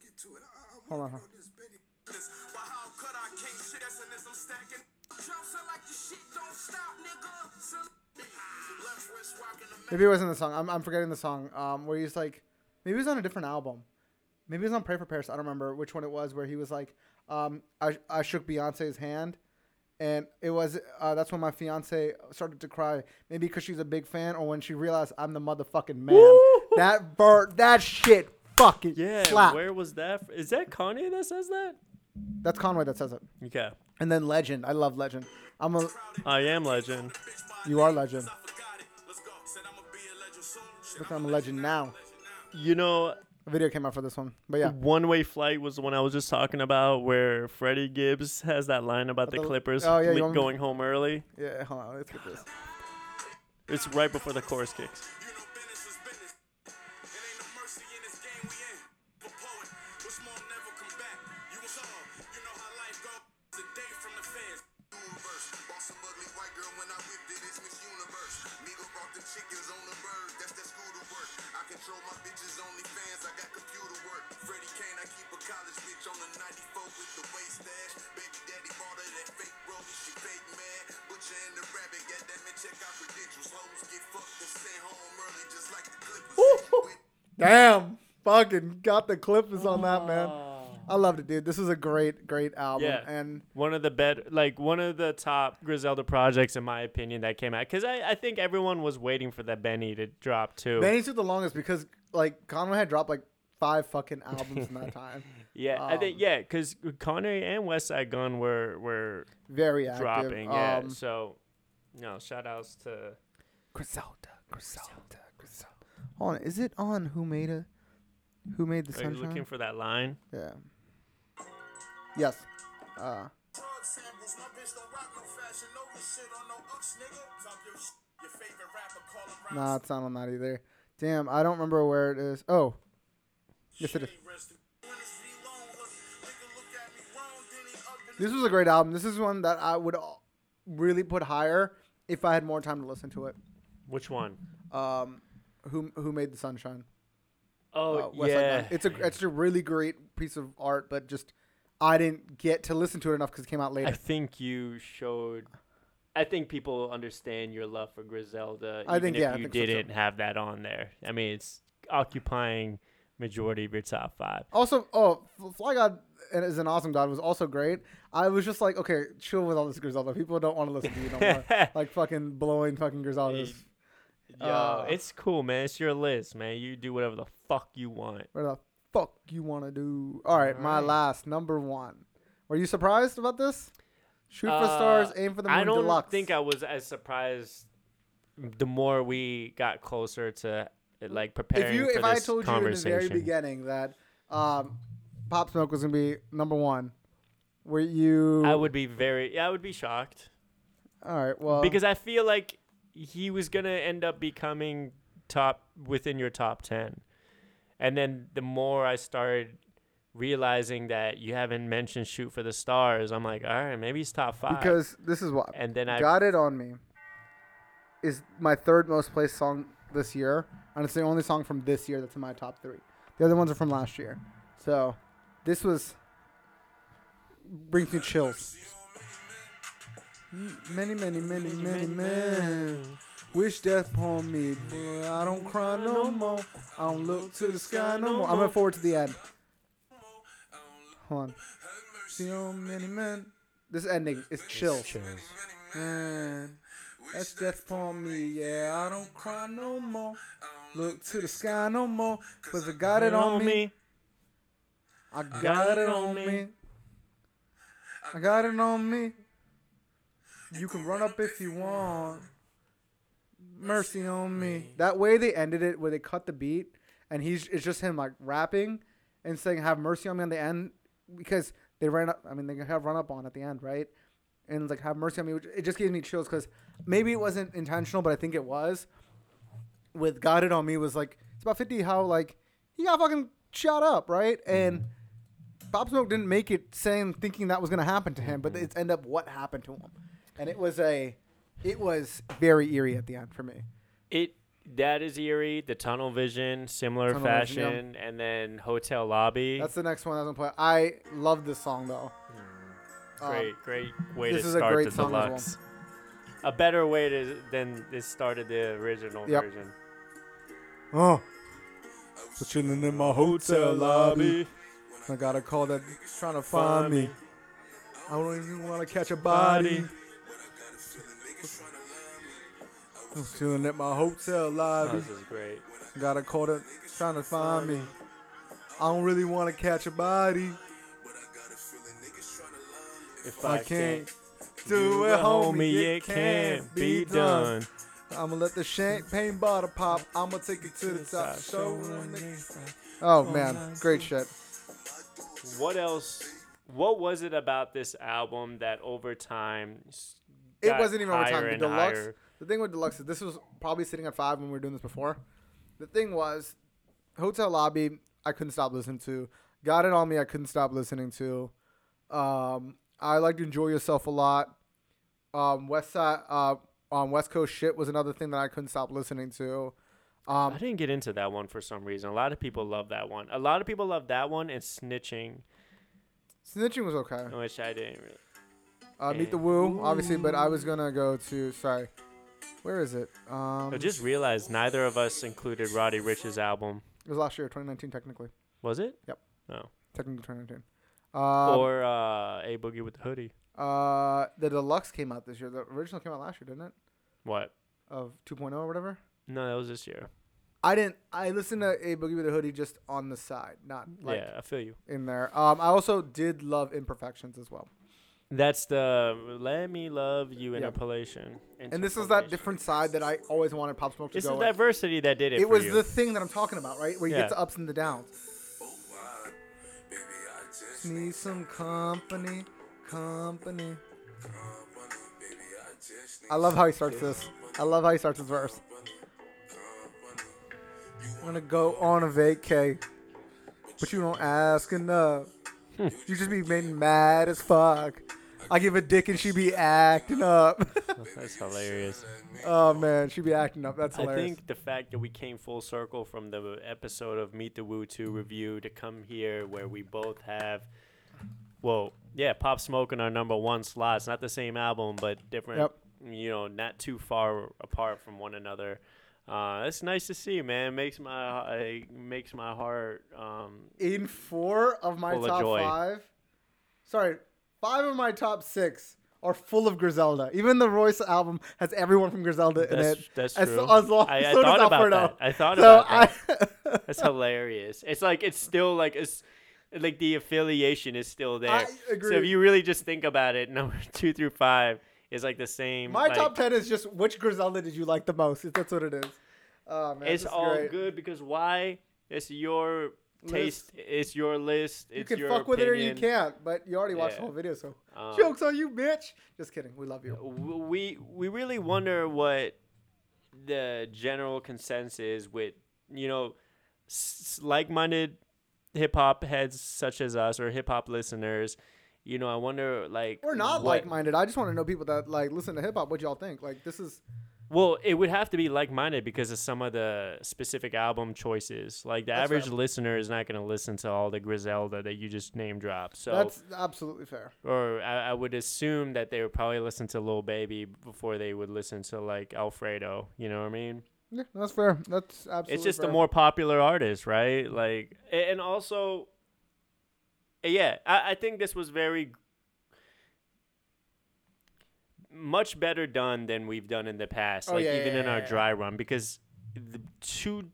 S4: get to it. I, I, I'm
S2: Hold on,
S4: working
S2: hold
S4: this Benny. business. Why, how could I can't shit as in this I'm stacking? Drops, I like your shit, don't stop, nigga. Sil- Left wrist rocking the
S2: Maybe it wasn't the song. I'm, I'm forgetting the song. Um, where he's like, maybe it was on a different album. Maybe it was on Pray for Paris. I don't remember which one it was. Where he was like, um, I I shook Beyonce's hand, and it was uh, that's when my fiance started to cry. Maybe because she's a big fan, or when she realized I'm the motherfucking man. That bird, that shit, fucking
S1: Yeah.
S2: slap.
S1: Where was that? f- Is that Kanye that says that?
S2: That's Conway that says it.
S1: Okay.
S2: And then Legend. I love Legend. I'm a
S1: I am legend.
S2: you are Legend.
S4: forgot it. Let's go. Said I'ma be a legend soon. Shit,
S2: Look, I'm a Legend now.
S1: You know,
S2: A video came out for this one, but yeah.
S1: One Way Flight was the one I was just talking about, where Freddie Gibbs has that line about the
S2: the-
S1: Clippers
S2: oh, yeah,
S1: le-
S2: you want-
S1: going home early.
S2: Yeah, hold on, let's get this.
S1: It's right before the chorus kicks.
S4: You know business is business. It ain't no mercy in this game we in. A poet, what's more never come back. You was all, you know how life go. Today from the fans.
S6: universe. Bought some ugly white girl when I whipped it, it's Miss Universe. Nigga brought them chickens on the bird, that's that scooter work. I control my bitches, only fans, I got computer work. Freddie Kane, I keep a college bitch on the 94 with the waist stash. Baby daddy bought her that fake rollie, she fake mad. Butcher and the rabbit, goddamn it, check out credentials. Hoes get fucked and sent home early, just like the Clippers. With
S2: [laughs] Damn, fucking got the Clippers on that man.
S1: Oh.
S2: I loved it, dude. This is a great, great album,
S1: Yeah.
S2: and
S1: One of the bet, like one of the top Griselda projects, in my opinion, that came out. Because I, I think everyone was waiting for that Benny to drop too.
S2: Benny took the longest because like Conway had dropped like five fucking albums
S1: [laughs]
S2: in that time.
S1: yeah, I think
S2: um,
S1: yeah, because Kanye and West Side Gun were were
S2: Very active.
S1: dropping. yeah,
S2: Um,
S1: so no, shout outs to
S2: Griselda, Griselda, Griselda. Hold on, is it on Who Made a Who Made the
S1: are you looking
S2: Sunshine?
S1: for that line.
S2: yeah. Yes. Uh,
S4: Drug samples, my bitch don't rock no fashion, no we shit on no ucks, nigga. Talk your sh- your favorite rapper, call him Rock.
S2: nah, it's not on that either. Damn, I don't remember where it is. Oh, yes it is. This was a great album. This is one that I would al- really put higher if I had more time to listen to it.
S1: Which one?
S2: Um, who who made the sunshine?
S1: Oh
S2: Uh, West Side
S1: yeah,
S2: Gun. it's a it's a really great piece of art, but just I didn't get to listen to it enough because it came out
S1: I
S2: later.
S1: think you showed. I think people understand your love for Griselda.
S2: I
S1: even
S2: think-
S1: if
S2: yeah, I
S1: you
S2: think so, too.
S1: didn't have that on there. I mean, it's occupying majority of your top five.
S2: also, oh, F- Fly God is an awesome god was also great. I was just like, okay, chill with all this Griselda. People don't want to listen to you no
S1: [laughs]
S2: more. like fucking blowing fucking Griselda. is-
S1: Yo,
S2: Uh,
S1: Oh, it's cool, man. It's your list, man. You do whatever the fuck you want.
S2: What the fuck you want to do? All right, my
S1: Alright.
S2: last number one. Were you surprised about this? Shoot for
S1: Uh,
S2: stars, aim for the moon.
S1: I don't
S2: deluxe.
S1: think I was as surprised. The more we got closer to like preparing
S2: if you
S1: for
S2: if I
S1: this
S2: told you in the
S1: conversation,
S2: very beginning that um, Pop Smoke was gonna be number one, were you?
S1: I would be very. Yeah, I would be shocked.
S2: All right, well,
S1: because I feel like he was gonna end up becoming top within your top ten, and then the more I started realizing that you haven't mentioned shoot for the stars, I'm like, all right, maybe he's top five.
S2: because this is what
S1: and then I
S2: got it on me. Is my third most placed song this year, and it's the only song from this year that's in my top three. The other ones are from last year, so this was brings me chills. Many, many, many, many men wish death upon me, but I don't cry no more. I don't look to the sky no more. I'm going forward to the end. Hold on. So many men. This ending is chill. Man, that's death upon me. Yeah, I don't cry no more. Look to the sky no more. Cause I got it on me. I got it on me. I got it on me. You can run up if you want.
S7: mercy on me.
S2: That way they ended it where they cut the beat and he's it's just him like rapping and saying have mercy on me on the end because they ran up I mean they have run up on at the end, right? And like have mercy on me, which it just gave me chills because maybe it wasn't intentional, but I think it was. With God It On Me was like it's about fifty how like he got fucking shot up, right? And Bob Smoke didn't make it saying thinking that was gonna happen to him, but
S7: Mm-hmm.
S2: it's end up what happened to him. And it was a it was very eerie at the end for me.
S1: It that is eerie. The tunnel vision, similar
S2: Tunnel vision, yeah.
S1: fashion, and then hotel lobby.
S2: That's the next one I was gonna play. I love this song though.
S7: Mm,
S2: Um,
S1: great, great way
S2: this
S1: to
S2: is a
S1: start
S2: great
S1: the
S2: song as well.
S1: deluxe. A better way to than this started the original
S2: Yep.
S1: version.
S7: Oh. So chilling in my hotel lobby. I got a call that trying to find me. I don't even want to catch a body. I'm chilling at my hotel
S1: Oh,
S7: lobby.
S1: this is great.
S7: Got a call that trying to find me. I don't really want to catch a body.
S1: If
S7: I can't do it, homie. It can't be done. I'ma let the champagne bottle pop. I'ma take it to the top. Show 'em niggas.
S2: Oh man, great shit.
S1: What else? What was it about this album that over time? s-
S2: It
S1: got
S2: wasn't even over
S1: higher
S2: time. The
S1: and
S2: deluxe.
S1: higher?
S2: The thing with deluxe is this was probably sitting at five when we were doing this before. The thing was, hotel lobby. I couldn't stop listening to. Got it on me. I couldn't stop listening to. Um, I liked enjoy yourself a lot. Um, West side. Uh, on West Coast shit was another thing that I couldn't stop listening to.
S1: I didn't get into that one for some reason. A lot of people love that one. A lot of people love that one and snitching,
S2: Snitching was okay.
S1: which I didn't really.
S2: Uh, Meet the Woo, obviously, but I was gonna go to sorry, where is it? Um,
S1: I just realized neither of us included Roddy Rich's album.
S2: it was last year, 2019, technically,
S1: Was it?
S2: Yep.
S1: No.
S2: technically 2019. Um,
S1: or uh, a boogie with the hoodie.
S2: uh, the deluxe came out this year. The original came out last year, didn't it?
S1: What?
S2: Of 2.0 or whatever.
S1: No, that was this year.
S2: I didn't. I listened to a Boogie with a Hoodie just on the side, not like
S1: yeah, I feel you.
S2: in there. Um, I also did love Imperfections as well.
S1: That's the "Let Me Love You"
S2: Yeah.
S1: interpolation.
S2: And this is that different side that I always wanted Pop Smoke to
S1: It's
S2: go.
S1: the
S2: with.
S1: diversity that did it.
S2: It
S1: for
S2: was
S1: you.
S2: the thing that I'm talking about, right? Where you
S1: Yeah.
S2: get the ups and the downs.
S4: Baby, I just
S2: Need some company, company.
S4: baby, I just
S2: I love how he starts this. I love how he starts his verse. I'm gonna go on a vacay, but you don't ask enough.
S1: Hmm.
S2: You just be made mad as fuck. I give a dick and she be acting up.
S1: [laughs]
S2: [laughs]
S1: That's hilarious.
S2: oh man, she be acting up. That's hilarious.
S1: I think the fact that we came full circle from the episode of Meet the Woo 2 review to come here where we both have, well, yeah, Pop Smoke in our number one slot. It's not the same album, but different,
S2: Yep.
S1: you know, not too far apart from one another. Uh, that's nice to see, man. makes my it makes my heart. Um,
S2: in four of my
S1: Full of
S2: top
S1: joy.
S2: five, sorry, five of my top six are full of Griselda. Even the Royce album has everyone from Griselda in
S1: That's-
S2: it.
S1: that's
S2: as,
S1: true.
S2: As long,
S1: I- I
S2: so does
S1: thought about
S2: Alfredo.
S1: that. I thought
S2: so
S1: about
S2: I, [laughs]
S1: that's hilarious. It's like it's still like it's like the affiliation is still there.
S2: I
S1: So if
S2: agree.
S1: you really just think about it, [laughs] number two through five is like the same.
S2: My
S1: like,
S2: top ten is just which Griselda did you like the most? That's what it is. Oh, man,
S1: it's
S2: this is
S1: all
S2: great.
S1: good because why? It's your taste. It's your list.
S2: You
S1: It's
S2: can
S1: your
S2: fuck with it or you
S1: opinion.
S2: can't, but you already watched
S1: Yeah.
S2: the whole video, so
S1: Um,
S2: jokes on you, bitch. Just kidding. We love you.
S1: W- We we really wonder what the general consensus is with you know s- like-minded hip hop heads such as us or hip hop listeners. You know, I wonder like
S2: We're not
S1: what-
S2: like-minded. I just want to know people that like listen to hip hop. What y'all think? Like this is
S1: Well, it would have to be like minded because of some of the specific album choices. Like the
S2: That's
S1: average
S2: fair.
S1: listener is not going to listen to all the Griselda that you just name dropped. So,
S2: that's absolutely fair.
S1: or I, I would assume that they would probably listen to Lil Baby before they would listen to like Alfredo. You know what I mean?
S2: Yeah, that's fair. That's absolutely.
S1: it's just
S2: fair.
S1: the more popular artist, right? Like, a- and also, yeah, I, I think this was very much better done than we've done in the past.
S2: Oh,
S1: like
S2: yeah,
S1: even
S2: yeah,
S1: in our
S2: yeah, yeah.
S1: dry run, because the two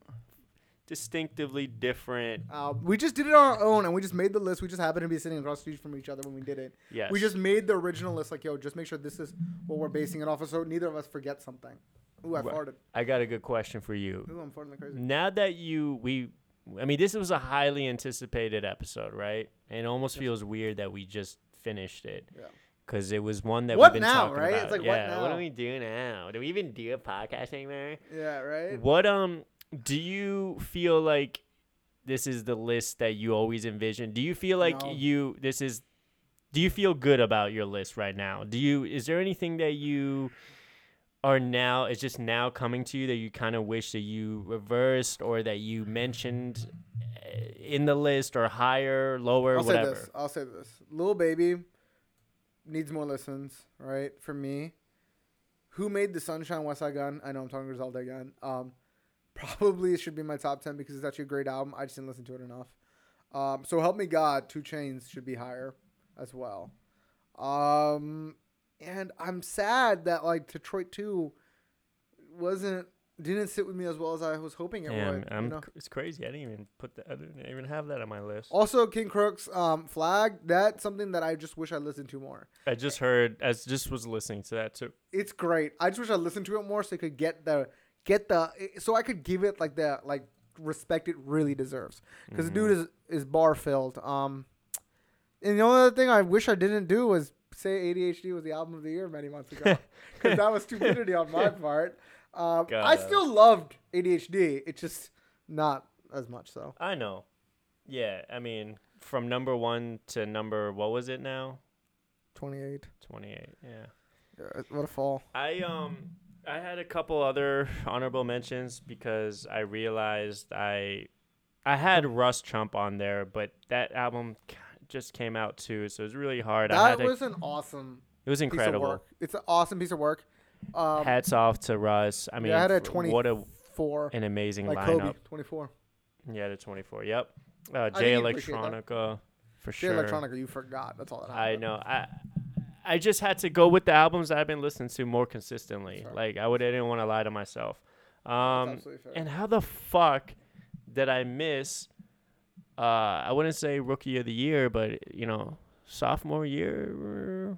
S1: distinctively different.
S2: Uh, we just did it on our own, and we just made the list. We just happened to be sitting across the street from each other when we did it.
S1: Yes.
S2: We just made the original list, like, yo, just make sure this is what we're basing it off of, so neither of us forget something. Ooh, I
S1: Wha-
S2: farted.
S1: I got a good question for you.
S2: Ooh, I'm farting like crazy.
S1: Now that you we I mean this was a highly anticipated episode, right? And it almost feels weird that we just finished it.
S2: Yeah.
S1: Cuz it was one that
S2: What
S1: we've been
S2: now,
S1: talking
S2: right? It's
S1: about.
S2: like, what
S1: yeah,
S2: now?
S1: do we do now? Do we even do a podcast anymore?
S2: Yeah, right.
S1: What um do you feel like this is the list that you always envisioned? Do you feel like
S2: No.
S1: you this is do you feel good about your list right now? Do you is there anything that you are now is just now coming to you that you kind of wish that you reversed or that you mentioned eh, in the list or higher, lower,
S2: I'll
S1: whatever?
S2: say this. I'll say this. Lil Baby needs more listens, right? For me. Who made the Sunshine West Side Gun? I know I'm talking to Griselda again. Um, probably should be my top ten because it's actually a great album. I just didn't listen to it enough. Um, so help me God, Two Chains should be higher as well. Um, and I'm sad that like Detroit Two wasn't didn't sit with me as well as I was hoping it
S1: Damn,
S2: would. you
S1: I'm,
S2: know?
S1: cr- it's crazy. I didn't even put that. I didn't even have that on my list.
S2: Also, King Crook's um, flag. That's something that I just wish I listened to more.
S1: I just heard. I just was listening to that too.
S2: It's great. I just wish I listened to it more so I could get the get the so I could give it like the like respect it really deserves. Because the dude is is bar filled. Um, and the only other thing I wish I didn't do was say ADHD was the album of the year many months ago because that was stupidity on my part. Um, I
S1: God.
S2: still loved ADHD. It's just not as much so.
S1: I know. Yeah, I mean, from number one to number what was it now?
S2: Twenty eight.
S1: Twenty eight. Yeah.
S2: Uh, What a fall.
S1: I um I had a couple other [laughs] honorable mentions because I realized I I had Russ Chump on there, but that album k- just came out too, so it was really hard. I had
S2: That
S1: to,
S2: was an awesome
S1: it was
S2: Piece of
S1: incredible.
S2: work. It's an awesome piece of work. Um,
S1: Hats off to Russ. I mean,
S2: yeah, I had a
S1: f- what a
S2: twenty-four,
S1: an amazing
S2: like
S1: lineup.
S2: Kobe, twenty-four.
S1: Yeah, the twenty four. Yep. Uh,
S2: think
S1: Jay
S2: you appreciate that.
S1: Electronica for
S2: Jay
S1: sure.
S2: Electronica, you forgot. That's all that
S1: I
S2: happened.
S1: know. I I just had to go with the albums that I've been listening to more consistently.
S2: Sorry.
S1: Like I would I didn't want to lie to myself. Um
S2: absolutely fair.
S1: and how the fuck did I miss uh I wouldn't say rookie of the year, but you know, sophomore year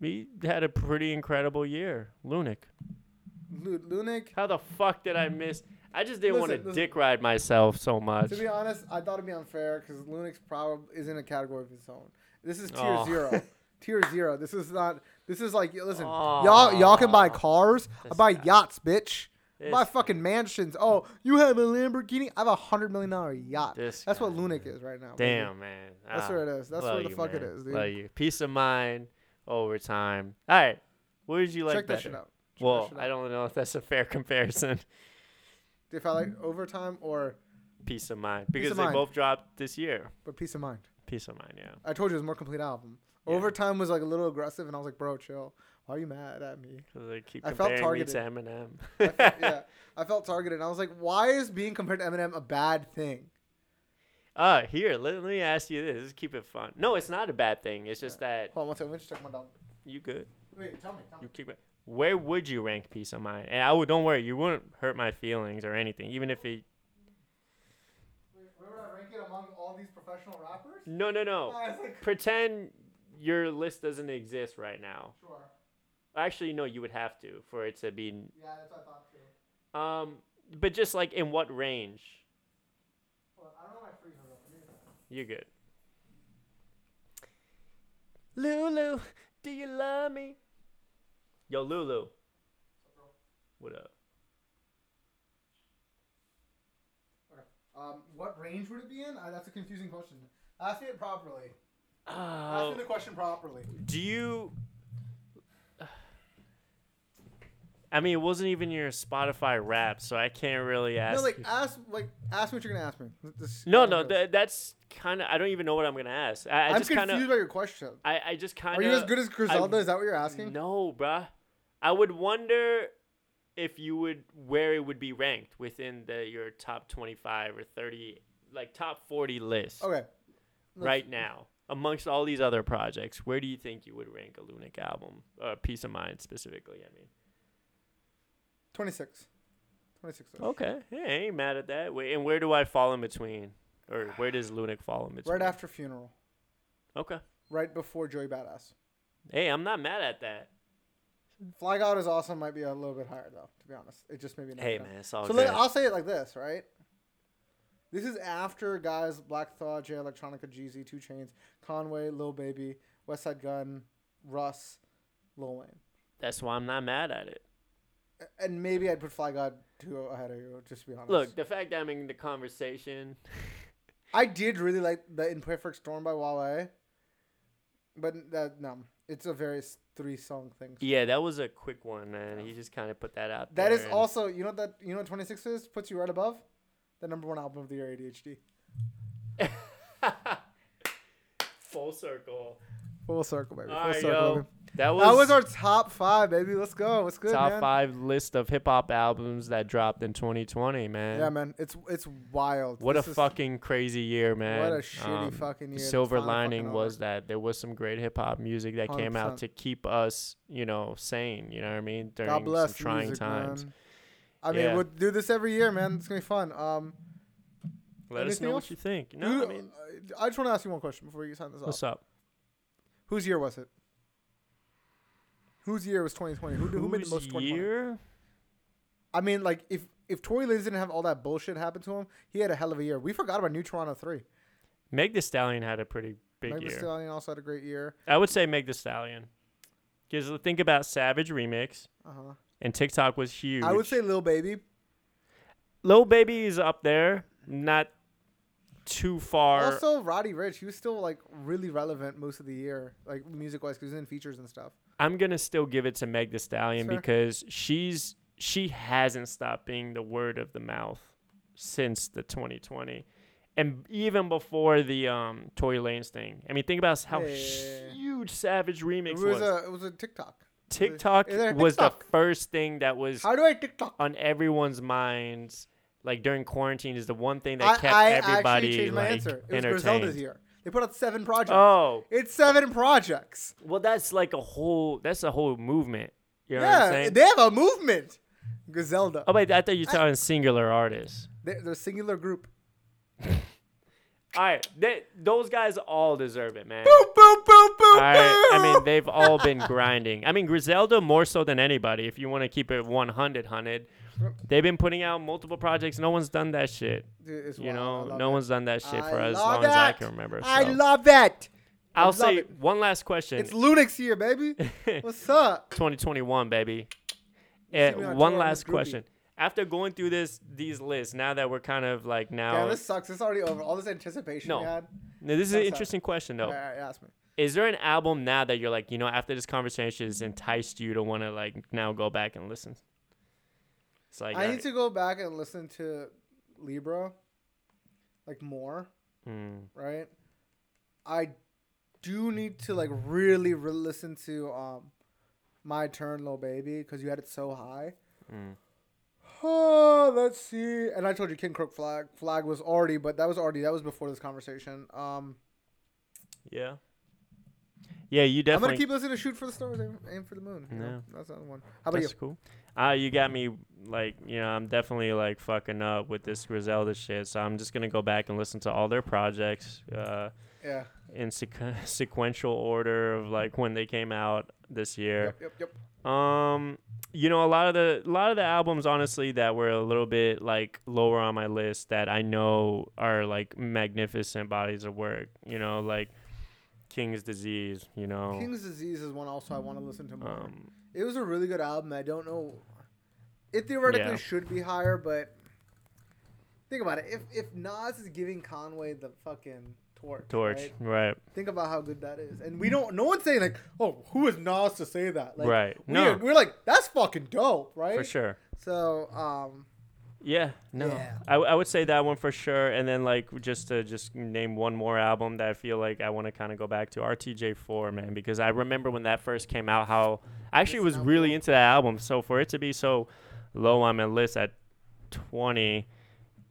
S1: we had a pretty incredible year. Lunac.
S2: Lu- Lunac.
S1: How the fuck did I miss I just didn't want
S2: Listen,
S1: to
S2: listen.
S1: dick ride myself so much.
S2: To be honest, I thought it'd be unfair because Lunac's probably is in a category of his own. This is tier
S1: Aw. [laughs]
S2: zero. tier zero. This is not. This is like listen, y'all y'all can buy cars. I buy yachts, bitch. I buy
S1: This
S2: fucking mansions. Oh, you have a Lamborghini. I have a hundred million dollar yacht.
S1: This
S2: That's what
S1: guy.
S2: Lunac is right now. baby.
S1: Damn, man. Ah.
S2: That's where it is. That's
S1: love
S2: where the fuck it is, dude.
S1: Love you. Peace of mind over time. All right. What did you like
S2: Check that
S1: better?
S2: shit out. Check that
S1: Well,
S2: shit
S1: I don't know if that's a fair [laughs] comparison.
S2: If I like overtime or
S1: Peace of mind. Because
S2: of
S1: they
S2: mind.
S1: both dropped this year.
S2: but peace of mind.
S1: Peace of mind, yeah.
S2: I told you it was a more complete album.
S1: Yeah.
S2: Overtime was like a little aggressive, and I was like, bro, chill. Why are you mad at me?
S1: 'Cause they keep
S2: I felt
S1: comparing me to Eminem. [laughs]
S2: I felt, yeah, I felt targeted. And I was like, why is being compared to Eminem a bad thing?
S1: Uh, here, let, let me ask you this. Let's keep it fun. No, it's not a bad thing. It's just that
S2: Hold on one second. Let me just check my dog.
S1: you good.
S2: Wait, tell me. Tell me.
S1: You keep it. Where would you rank peace of mind? And I would don't worry, you wouldn't hurt my feelings or anything, even if it
S2: Where would I rank it among all these professional rappers?
S1: No no no.
S2: [laughs] I was like,
S1: Pretend your list doesn't exist right now.
S2: sure.
S1: Actually, no, you would have to for it to be.
S2: Yeah, that's what I thought too.
S1: Um, but just like in what range?
S2: Well, I don't know my freezer though.
S1: You're good. Lulu, do you love me? Yo, Lulu. What up?
S2: Um, what range would it be in? Uh, that's a confusing question. Ask me it properly. Ask
S1: Oh,
S2: me the question properly.
S1: do you? [sighs] I mean, it wasn't even your Spotify rap, so I can't really ask.
S2: No, like
S1: you-
S2: ask, like ask me what you're gonna ask me. This-
S1: no,
S2: I'm
S1: no,
S2: good.
S1: tha- that's kind of. I don't even know what I'm gonna ask. I, I
S2: I'm
S1: just
S2: confused
S1: kind of.
S2: by your question.
S1: I, I just kind
S2: Are
S1: of.
S2: you as good as Griselda? Is that what you're asking?
S1: No, bruh. I would wonder if you would where it would be ranked within the your top twenty five or thirty, like top forty list
S2: Okay.
S1: right now amongst all these other projects. Where do you think you would rank a Lunac album, uh, Peace of Mind specifically? I mean,
S2: 26. 26. -ish.
S1: okay, yeah, I ain't mad at that. Wait, and where do I fall in between, or
S2: [sighs]
S1: where does Lunac fall in between?
S2: Right after Funeral.
S1: Okay.
S2: Right before Joey Badass.
S1: Hey, I'm not mad at that.
S2: Fly God is awesome. Might be a little bit higher though. To be honest, it just maybe.
S1: Hey man, it's all
S2: So
S1: good.
S2: let, I'll say it like this, right? This is after guys Black Thought, Jay Electronica, Jeezy, Two Chains, Conway, Lil Baby, West Side Gun, Russ, Lil Wayne,
S1: That's why I'm not mad at it.
S2: A- and maybe I'd put Fly God two ahead of you. Just to be honest.
S1: Look, the fact that I'm in the conversation,
S2: I did really like the Imperfect Storm by Wale, but that no, it's a very s- three song thing.
S1: yeah, that was a quick one, man. He just kind of put that out.
S2: That
S1: there
S2: is
S1: and-
S2: also you know what that you know twenty six is puts you right above the number one album of the year ADHD.
S1: full circle.
S2: Full circle, baby. Full
S1: All right,
S2: circle.
S1: yo,
S2: baby.
S1: that was,
S2: That was our top five, baby. Let's go. What's good,
S1: top
S2: man?
S1: five list of hip hop albums that dropped in 2020, man.
S2: Yeah, man. It's it's wild.
S1: What
S2: This
S1: a
S2: is-
S1: fucking crazy year, man. Um,
S2: What a shitty fucking year.
S1: The
S2: It's
S1: silver
S2: finally fucking
S1: lining
S2: over.
S1: was that there was some great hip hop music that came out
S2: 100%.
S1: to keep us, you know, sane. You know what I mean? During
S2: God bless
S1: some trying
S2: music,
S1: times.
S2: Man. I mean,
S1: Yeah.
S2: we'll do this every year, man. It's gonna be fun. Um,
S1: Let us
S2: Anything
S1: know
S2: else?
S1: what you think. No,
S2: who- uh,
S1: I mean,
S2: I just want to ask you one question before you sign this off.
S1: what's up?
S2: Whose year was it? Whose year was 2020? Who, who made the
S1: Whose
S2: most 2020?
S1: year?
S2: I mean, like if if Tory Lanez didn't have all that bullshit happen to him, he had a hell of a year. We forgot about New Toronto three.
S1: Meg The Stallion had a pretty big
S2: Meg
S1: year.
S2: Thee Stallion also had a great year.
S1: I would say Meg The Stallion. Because think about Savage Remix.
S2: Uh-huh.
S1: And TikTok was huge.
S2: I would say Lil Baby.
S1: Lil Baby is up there, not too far.
S2: also, Roddy Rich. He was still like really relevant most of the year, like music wise, because he was in features and stuff.
S1: I'm gonna still give it to Meg The Stallion
S2: Fair.
S1: because she's she hasn't stopped being the word of the mouth since the 2020, and even before the um Tory Lanez thing. I mean, think about how
S2: Yeah, yeah, yeah, yeah.
S1: huge Savage Remix
S2: It
S1: was.
S2: was a it was a TikTok.
S1: TikTok
S2: is there a
S1: was the
S2: TikTok?
S1: first thing that was
S2: How do I TikTok?
S1: on everyone's minds. Like during quarantine is the one thing that
S2: I,
S1: kept
S2: I actually
S1: everybody
S2: changed my
S1: like
S2: answer. It was Griselda's
S1: entertained.
S2: year. They put out seven projects.
S1: Oh,
S2: It's seven projects.
S1: well, that's like a whole that's a whole movement. You know what I'm
S2: yeah,
S1: saying?
S2: they have a movement. Griselda.
S1: Oh, wait, I thought you were talking singular artists.
S2: They- They're a singular group.
S1: All right, they, those guys all deserve it, man.
S2: Boop, boop, boop, boop,
S1: All right, I mean,
S2: boop.
S1: they've all
S2: [laughs]
S1: been grinding. I mean, Griselda more so than anybody, if you want to keep it 100, 100. They've been putting out multiple projects. No one's done that shit.
S2: [laughs] Dude, it's
S1: You
S2: wild. I
S1: know,
S2: love
S1: no
S2: it.
S1: one's done that shit for
S2: I
S1: as
S2: love
S1: long as I
S2: it.
S1: can remember.
S2: I
S1: so.
S2: love that.
S1: I'll
S2: love
S1: say
S2: it.
S1: one last question.
S2: It's Lunix year,
S1: [laughs]
S2: baby. What's up?
S1: 2021, baby.
S2: see me
S1: And
S2: on
S1: one
S2: tour on
S1: last
S2: this groupie.
S1: question. After going through this these lists, now that we're kind of like now,
S2: Damn, this sucks. It's already over. All this anticipation
S1: No.
S2: we had.
S1: Now, this is an
S2: That's how-
S1: interesting question though.
S2: All right, ask me.
S1: is there an album now that you're like, you know, after this conversation has enticed you to want to like now go back and listen? It's like
S2: I need to go back and listen to Libra, like more,
S1: mm,
S2: right? I do need to like really re- listen to um, my turn, little baby, because you had it so high.
S1: Mm.
S2: Oh, let's see. And I told you, King Crook flag flag was already, but that was already that was before this conversation. Um,
S1: yeah, yeah. You
S2: I'm
S1: definitely.
S2: gonna keep listening to Shoot for the Stars, Aim, aim for the Moon. you know?
S1: No.
S2: that's another one. How about you?
S1: that's cool. Uh, you got me like you know I'm definitely like fucking up with this Griselda shit, so I'm just gonna go back and listen to all their projects. Uh,
S2: Yeah.
S1: in sequ- [laughs] sequential order of like when they came out this year.
S2: Yep. Yep. Yep.
S1: Um, you know, a lot of the a lot of the albums, honestly, that were a little bit like lower on my list that I know are like magnificent bodies of work. You know, like King's Disease. You know,
S2: King's Disease is one also I want to listen to more.
S1: Oh. um,
S2: It was a really good album. I don't know. It theoretically
S1: Yeah.
S2: should be higher, but think about it. If if Nas is giving Conway the fucking torch,
S1: Torch.
S2: right?
S1: Right,
S2: think about how good that is. And we don't. No one's saying like, oh, who is Nas to say that? Like,
S1: Right.
S2: we
S1: No.
S2: are- we're like, that's fucking dope, right?
S1: for sure.
S2: So, um,
S1: Yeah, no,
S2: Yeah.
S1: I, w- I would say that one for sure. And then like just to just name one more album that I feel like I want to kind of go back to RTJ4, man, because I remember when that first came out how I actually was really into that album. So for it to be so low on my list at 20,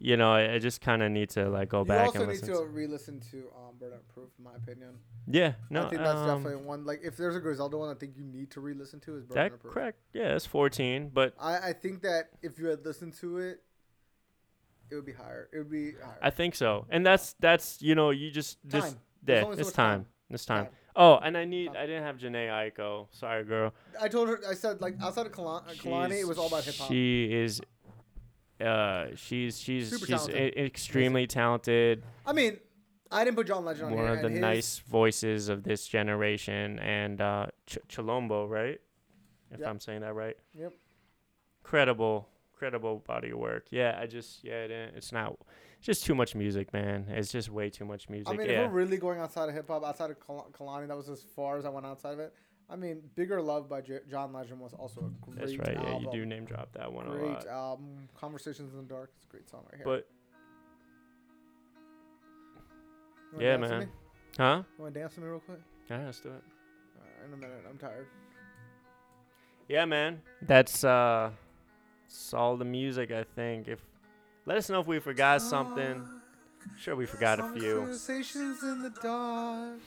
S1: you know, I, I just kind of need to like go
S2: you
S1: back
S2: also
S1: and
S2: need
S1: listen.
S2: to
S1: To
S2: re-listen to um, Burnout Proof, in my opinion.
S1: yeah, no,
S2: I think that's
S1: um,
S2: definitely one. Like, if there's a Griselda one, I think you need to re-listen to is Burnout
S1: that
S2: Proof.
S1: correct. Yeah, it's 14, but
S2: I, I think that if you had listened to it, it would be higher. It would be higher.
S1: I think so. And that's that's you know you just just
S2: Time. There's
S1: yeah,
S2: only so
S1: it's
S2: much
S1: time.
S2: time.
S1: It's time.
S2: Time.
S1: Oh, and I need. I didn't have Janae Aiko. Sorry, girl.
S2: I told her. I said like outside of Kalani, Uh, Kalani
S1: She's-
S2: it was all about hip hop.
S1: She is. Uh, she's she's
S2: Super
S1: she's
S2: talented.
S1: e- extremely talented.
S2: I mean, I didn't put John Legend on
S1: one
S2: here.
S1: of the
S2: and his-
S1: nice voices of this generation, and uh, Ch- Chilombo, right? If
S2: Yep.
S1: I'm saying that right.
S2: Yep.
S1: Credible, credible body of work. Yeah, I just yeah, it, ain't- it's not. It's just too much music, man. It's just way too much music.
S2: I mean,
S1: yeah.
S2: if we're really going outside of hip hop, outside of Kal- Kalani, that was as far as I went outside of it. I mean, Bigger Love by J- John Legend was also a great
S1: That's right.
S2: album.
S1: Yeah, you do name drop that one a lot.
S2: Great album. Conversations in the Dark. It's a great song right here.
S1: But
S2: You wanna
S1: yeah,
S2: dance with
S1: man.
S2: me?
S1: Huh?
S2: You want to dance with me real quick?
S1: Yeah, let's do it.
S2: Alright, in a minute. I'm tired.
S1: Yeah, man. That's uh, it's all the music I think. If let us know if we forgot something. Sure, we forgot a few.
S2: Conversations in the Dark.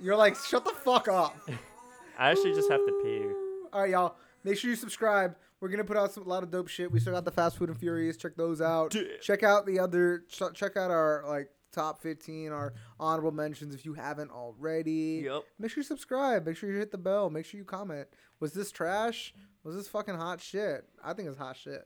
S2: You're like, shut the fuck up.
S1: I actually just have to pee.
S2: All right, y'all. Make sure you subscribe. We're gonna put out some, a lot of dope shit. We still got the Fast Food and Furious. Check those out.
S1: Yeah.
S2: Check out the other. ch- Check out our like top fifteen, our honorable mentions if you haven't already.
S1: Yep.
S2: Make sure you subscribe. Make sure you hit the bell. Make sure you comment. Was this trash? Was this fucking hot shit? I think it's hot shit.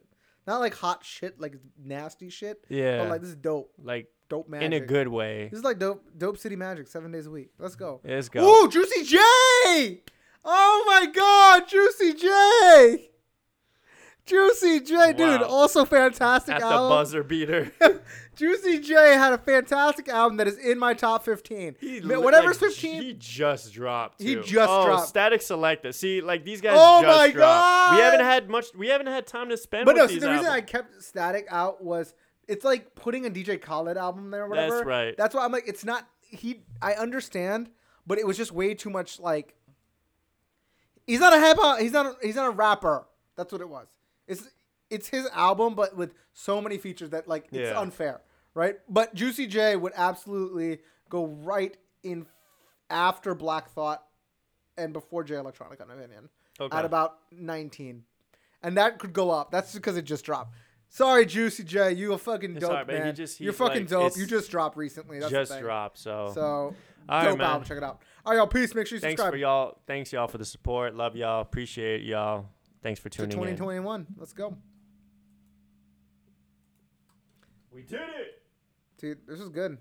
S2: Not like hot shit, like nasty shit.
S1: Yeah.
S2: But like this is dope.
S1: like
S2: Dope magic.
S1: in a good way.
S2: This is like dope. Dope City Magic. Seven days a week. Let's go.
S1: Let's go.
S2: Ooh, Juicy J! Oh my god, Juicy J! Juicy J, dude,
S1: Wow.
S2: also fantastic
S1: At the
S2: album.
S1: buzzer
S2: [laughs]
S1: beater.
S2: Juicy J had a fantastic album that is in my top 15. Ma-
S1: li-
S2: Whatever's
S1: like,
S2: 15.
S1: He just dropped.
S2: He
S1: too.
S2: just
S1: oh,
S2: dropped.
S1: Static Selector. See, like these guys.
S2: Oh
S1: just
S2: my
S1: dropped. We
S2: God!
S1: haven't had much. We haven't had time to spend.
S2: but
S1: with
S2: no, see,
S1: these
S2: the reason I
S1: albums.
S2: kept Static out was it's like putting a DJ Khaled album there or
S1: That's
S2: whatever.
S1: right.
S2: That's why I'm like, it's not. He, I understand, but it was just way too much like. He's not a hip hop. He's not. A, he's not a rapper. That's what it was. It's it's his album, but with so many features that like it's
S1: Yeah.
S2: unfair, right? But Juicy J would absolutely go right in after Black Thought and before J Electronic, in my opinion,
S1: Okay.
S2: at about nineteen, and that could go up. That's because it just dropped. Sorry, Juicy J, you a fucking dope
S1: alright, man. He
S2: man.
S1: just-
S2: You're
S1: he's
S2: fucking
S1: like-
S2: dope.
S1: it's
S2: You just dropped recently. That's the
S1: just
S2: thing.
S1: dropped. So,
S2: So
S1: All right,
S2: dope
S1: man.
S2: album. Check it out. All right, y'all. Peace. Make sure you
S1: thanks
S2: subscribe
S1: for y'all. Thanks y'all for the support. Love y'all. Appreciate y'all. Thanks for
S2: to
S1: tuning in.
S2: 2021. Let's go,
S1: We did it.
S2: dude. This is good.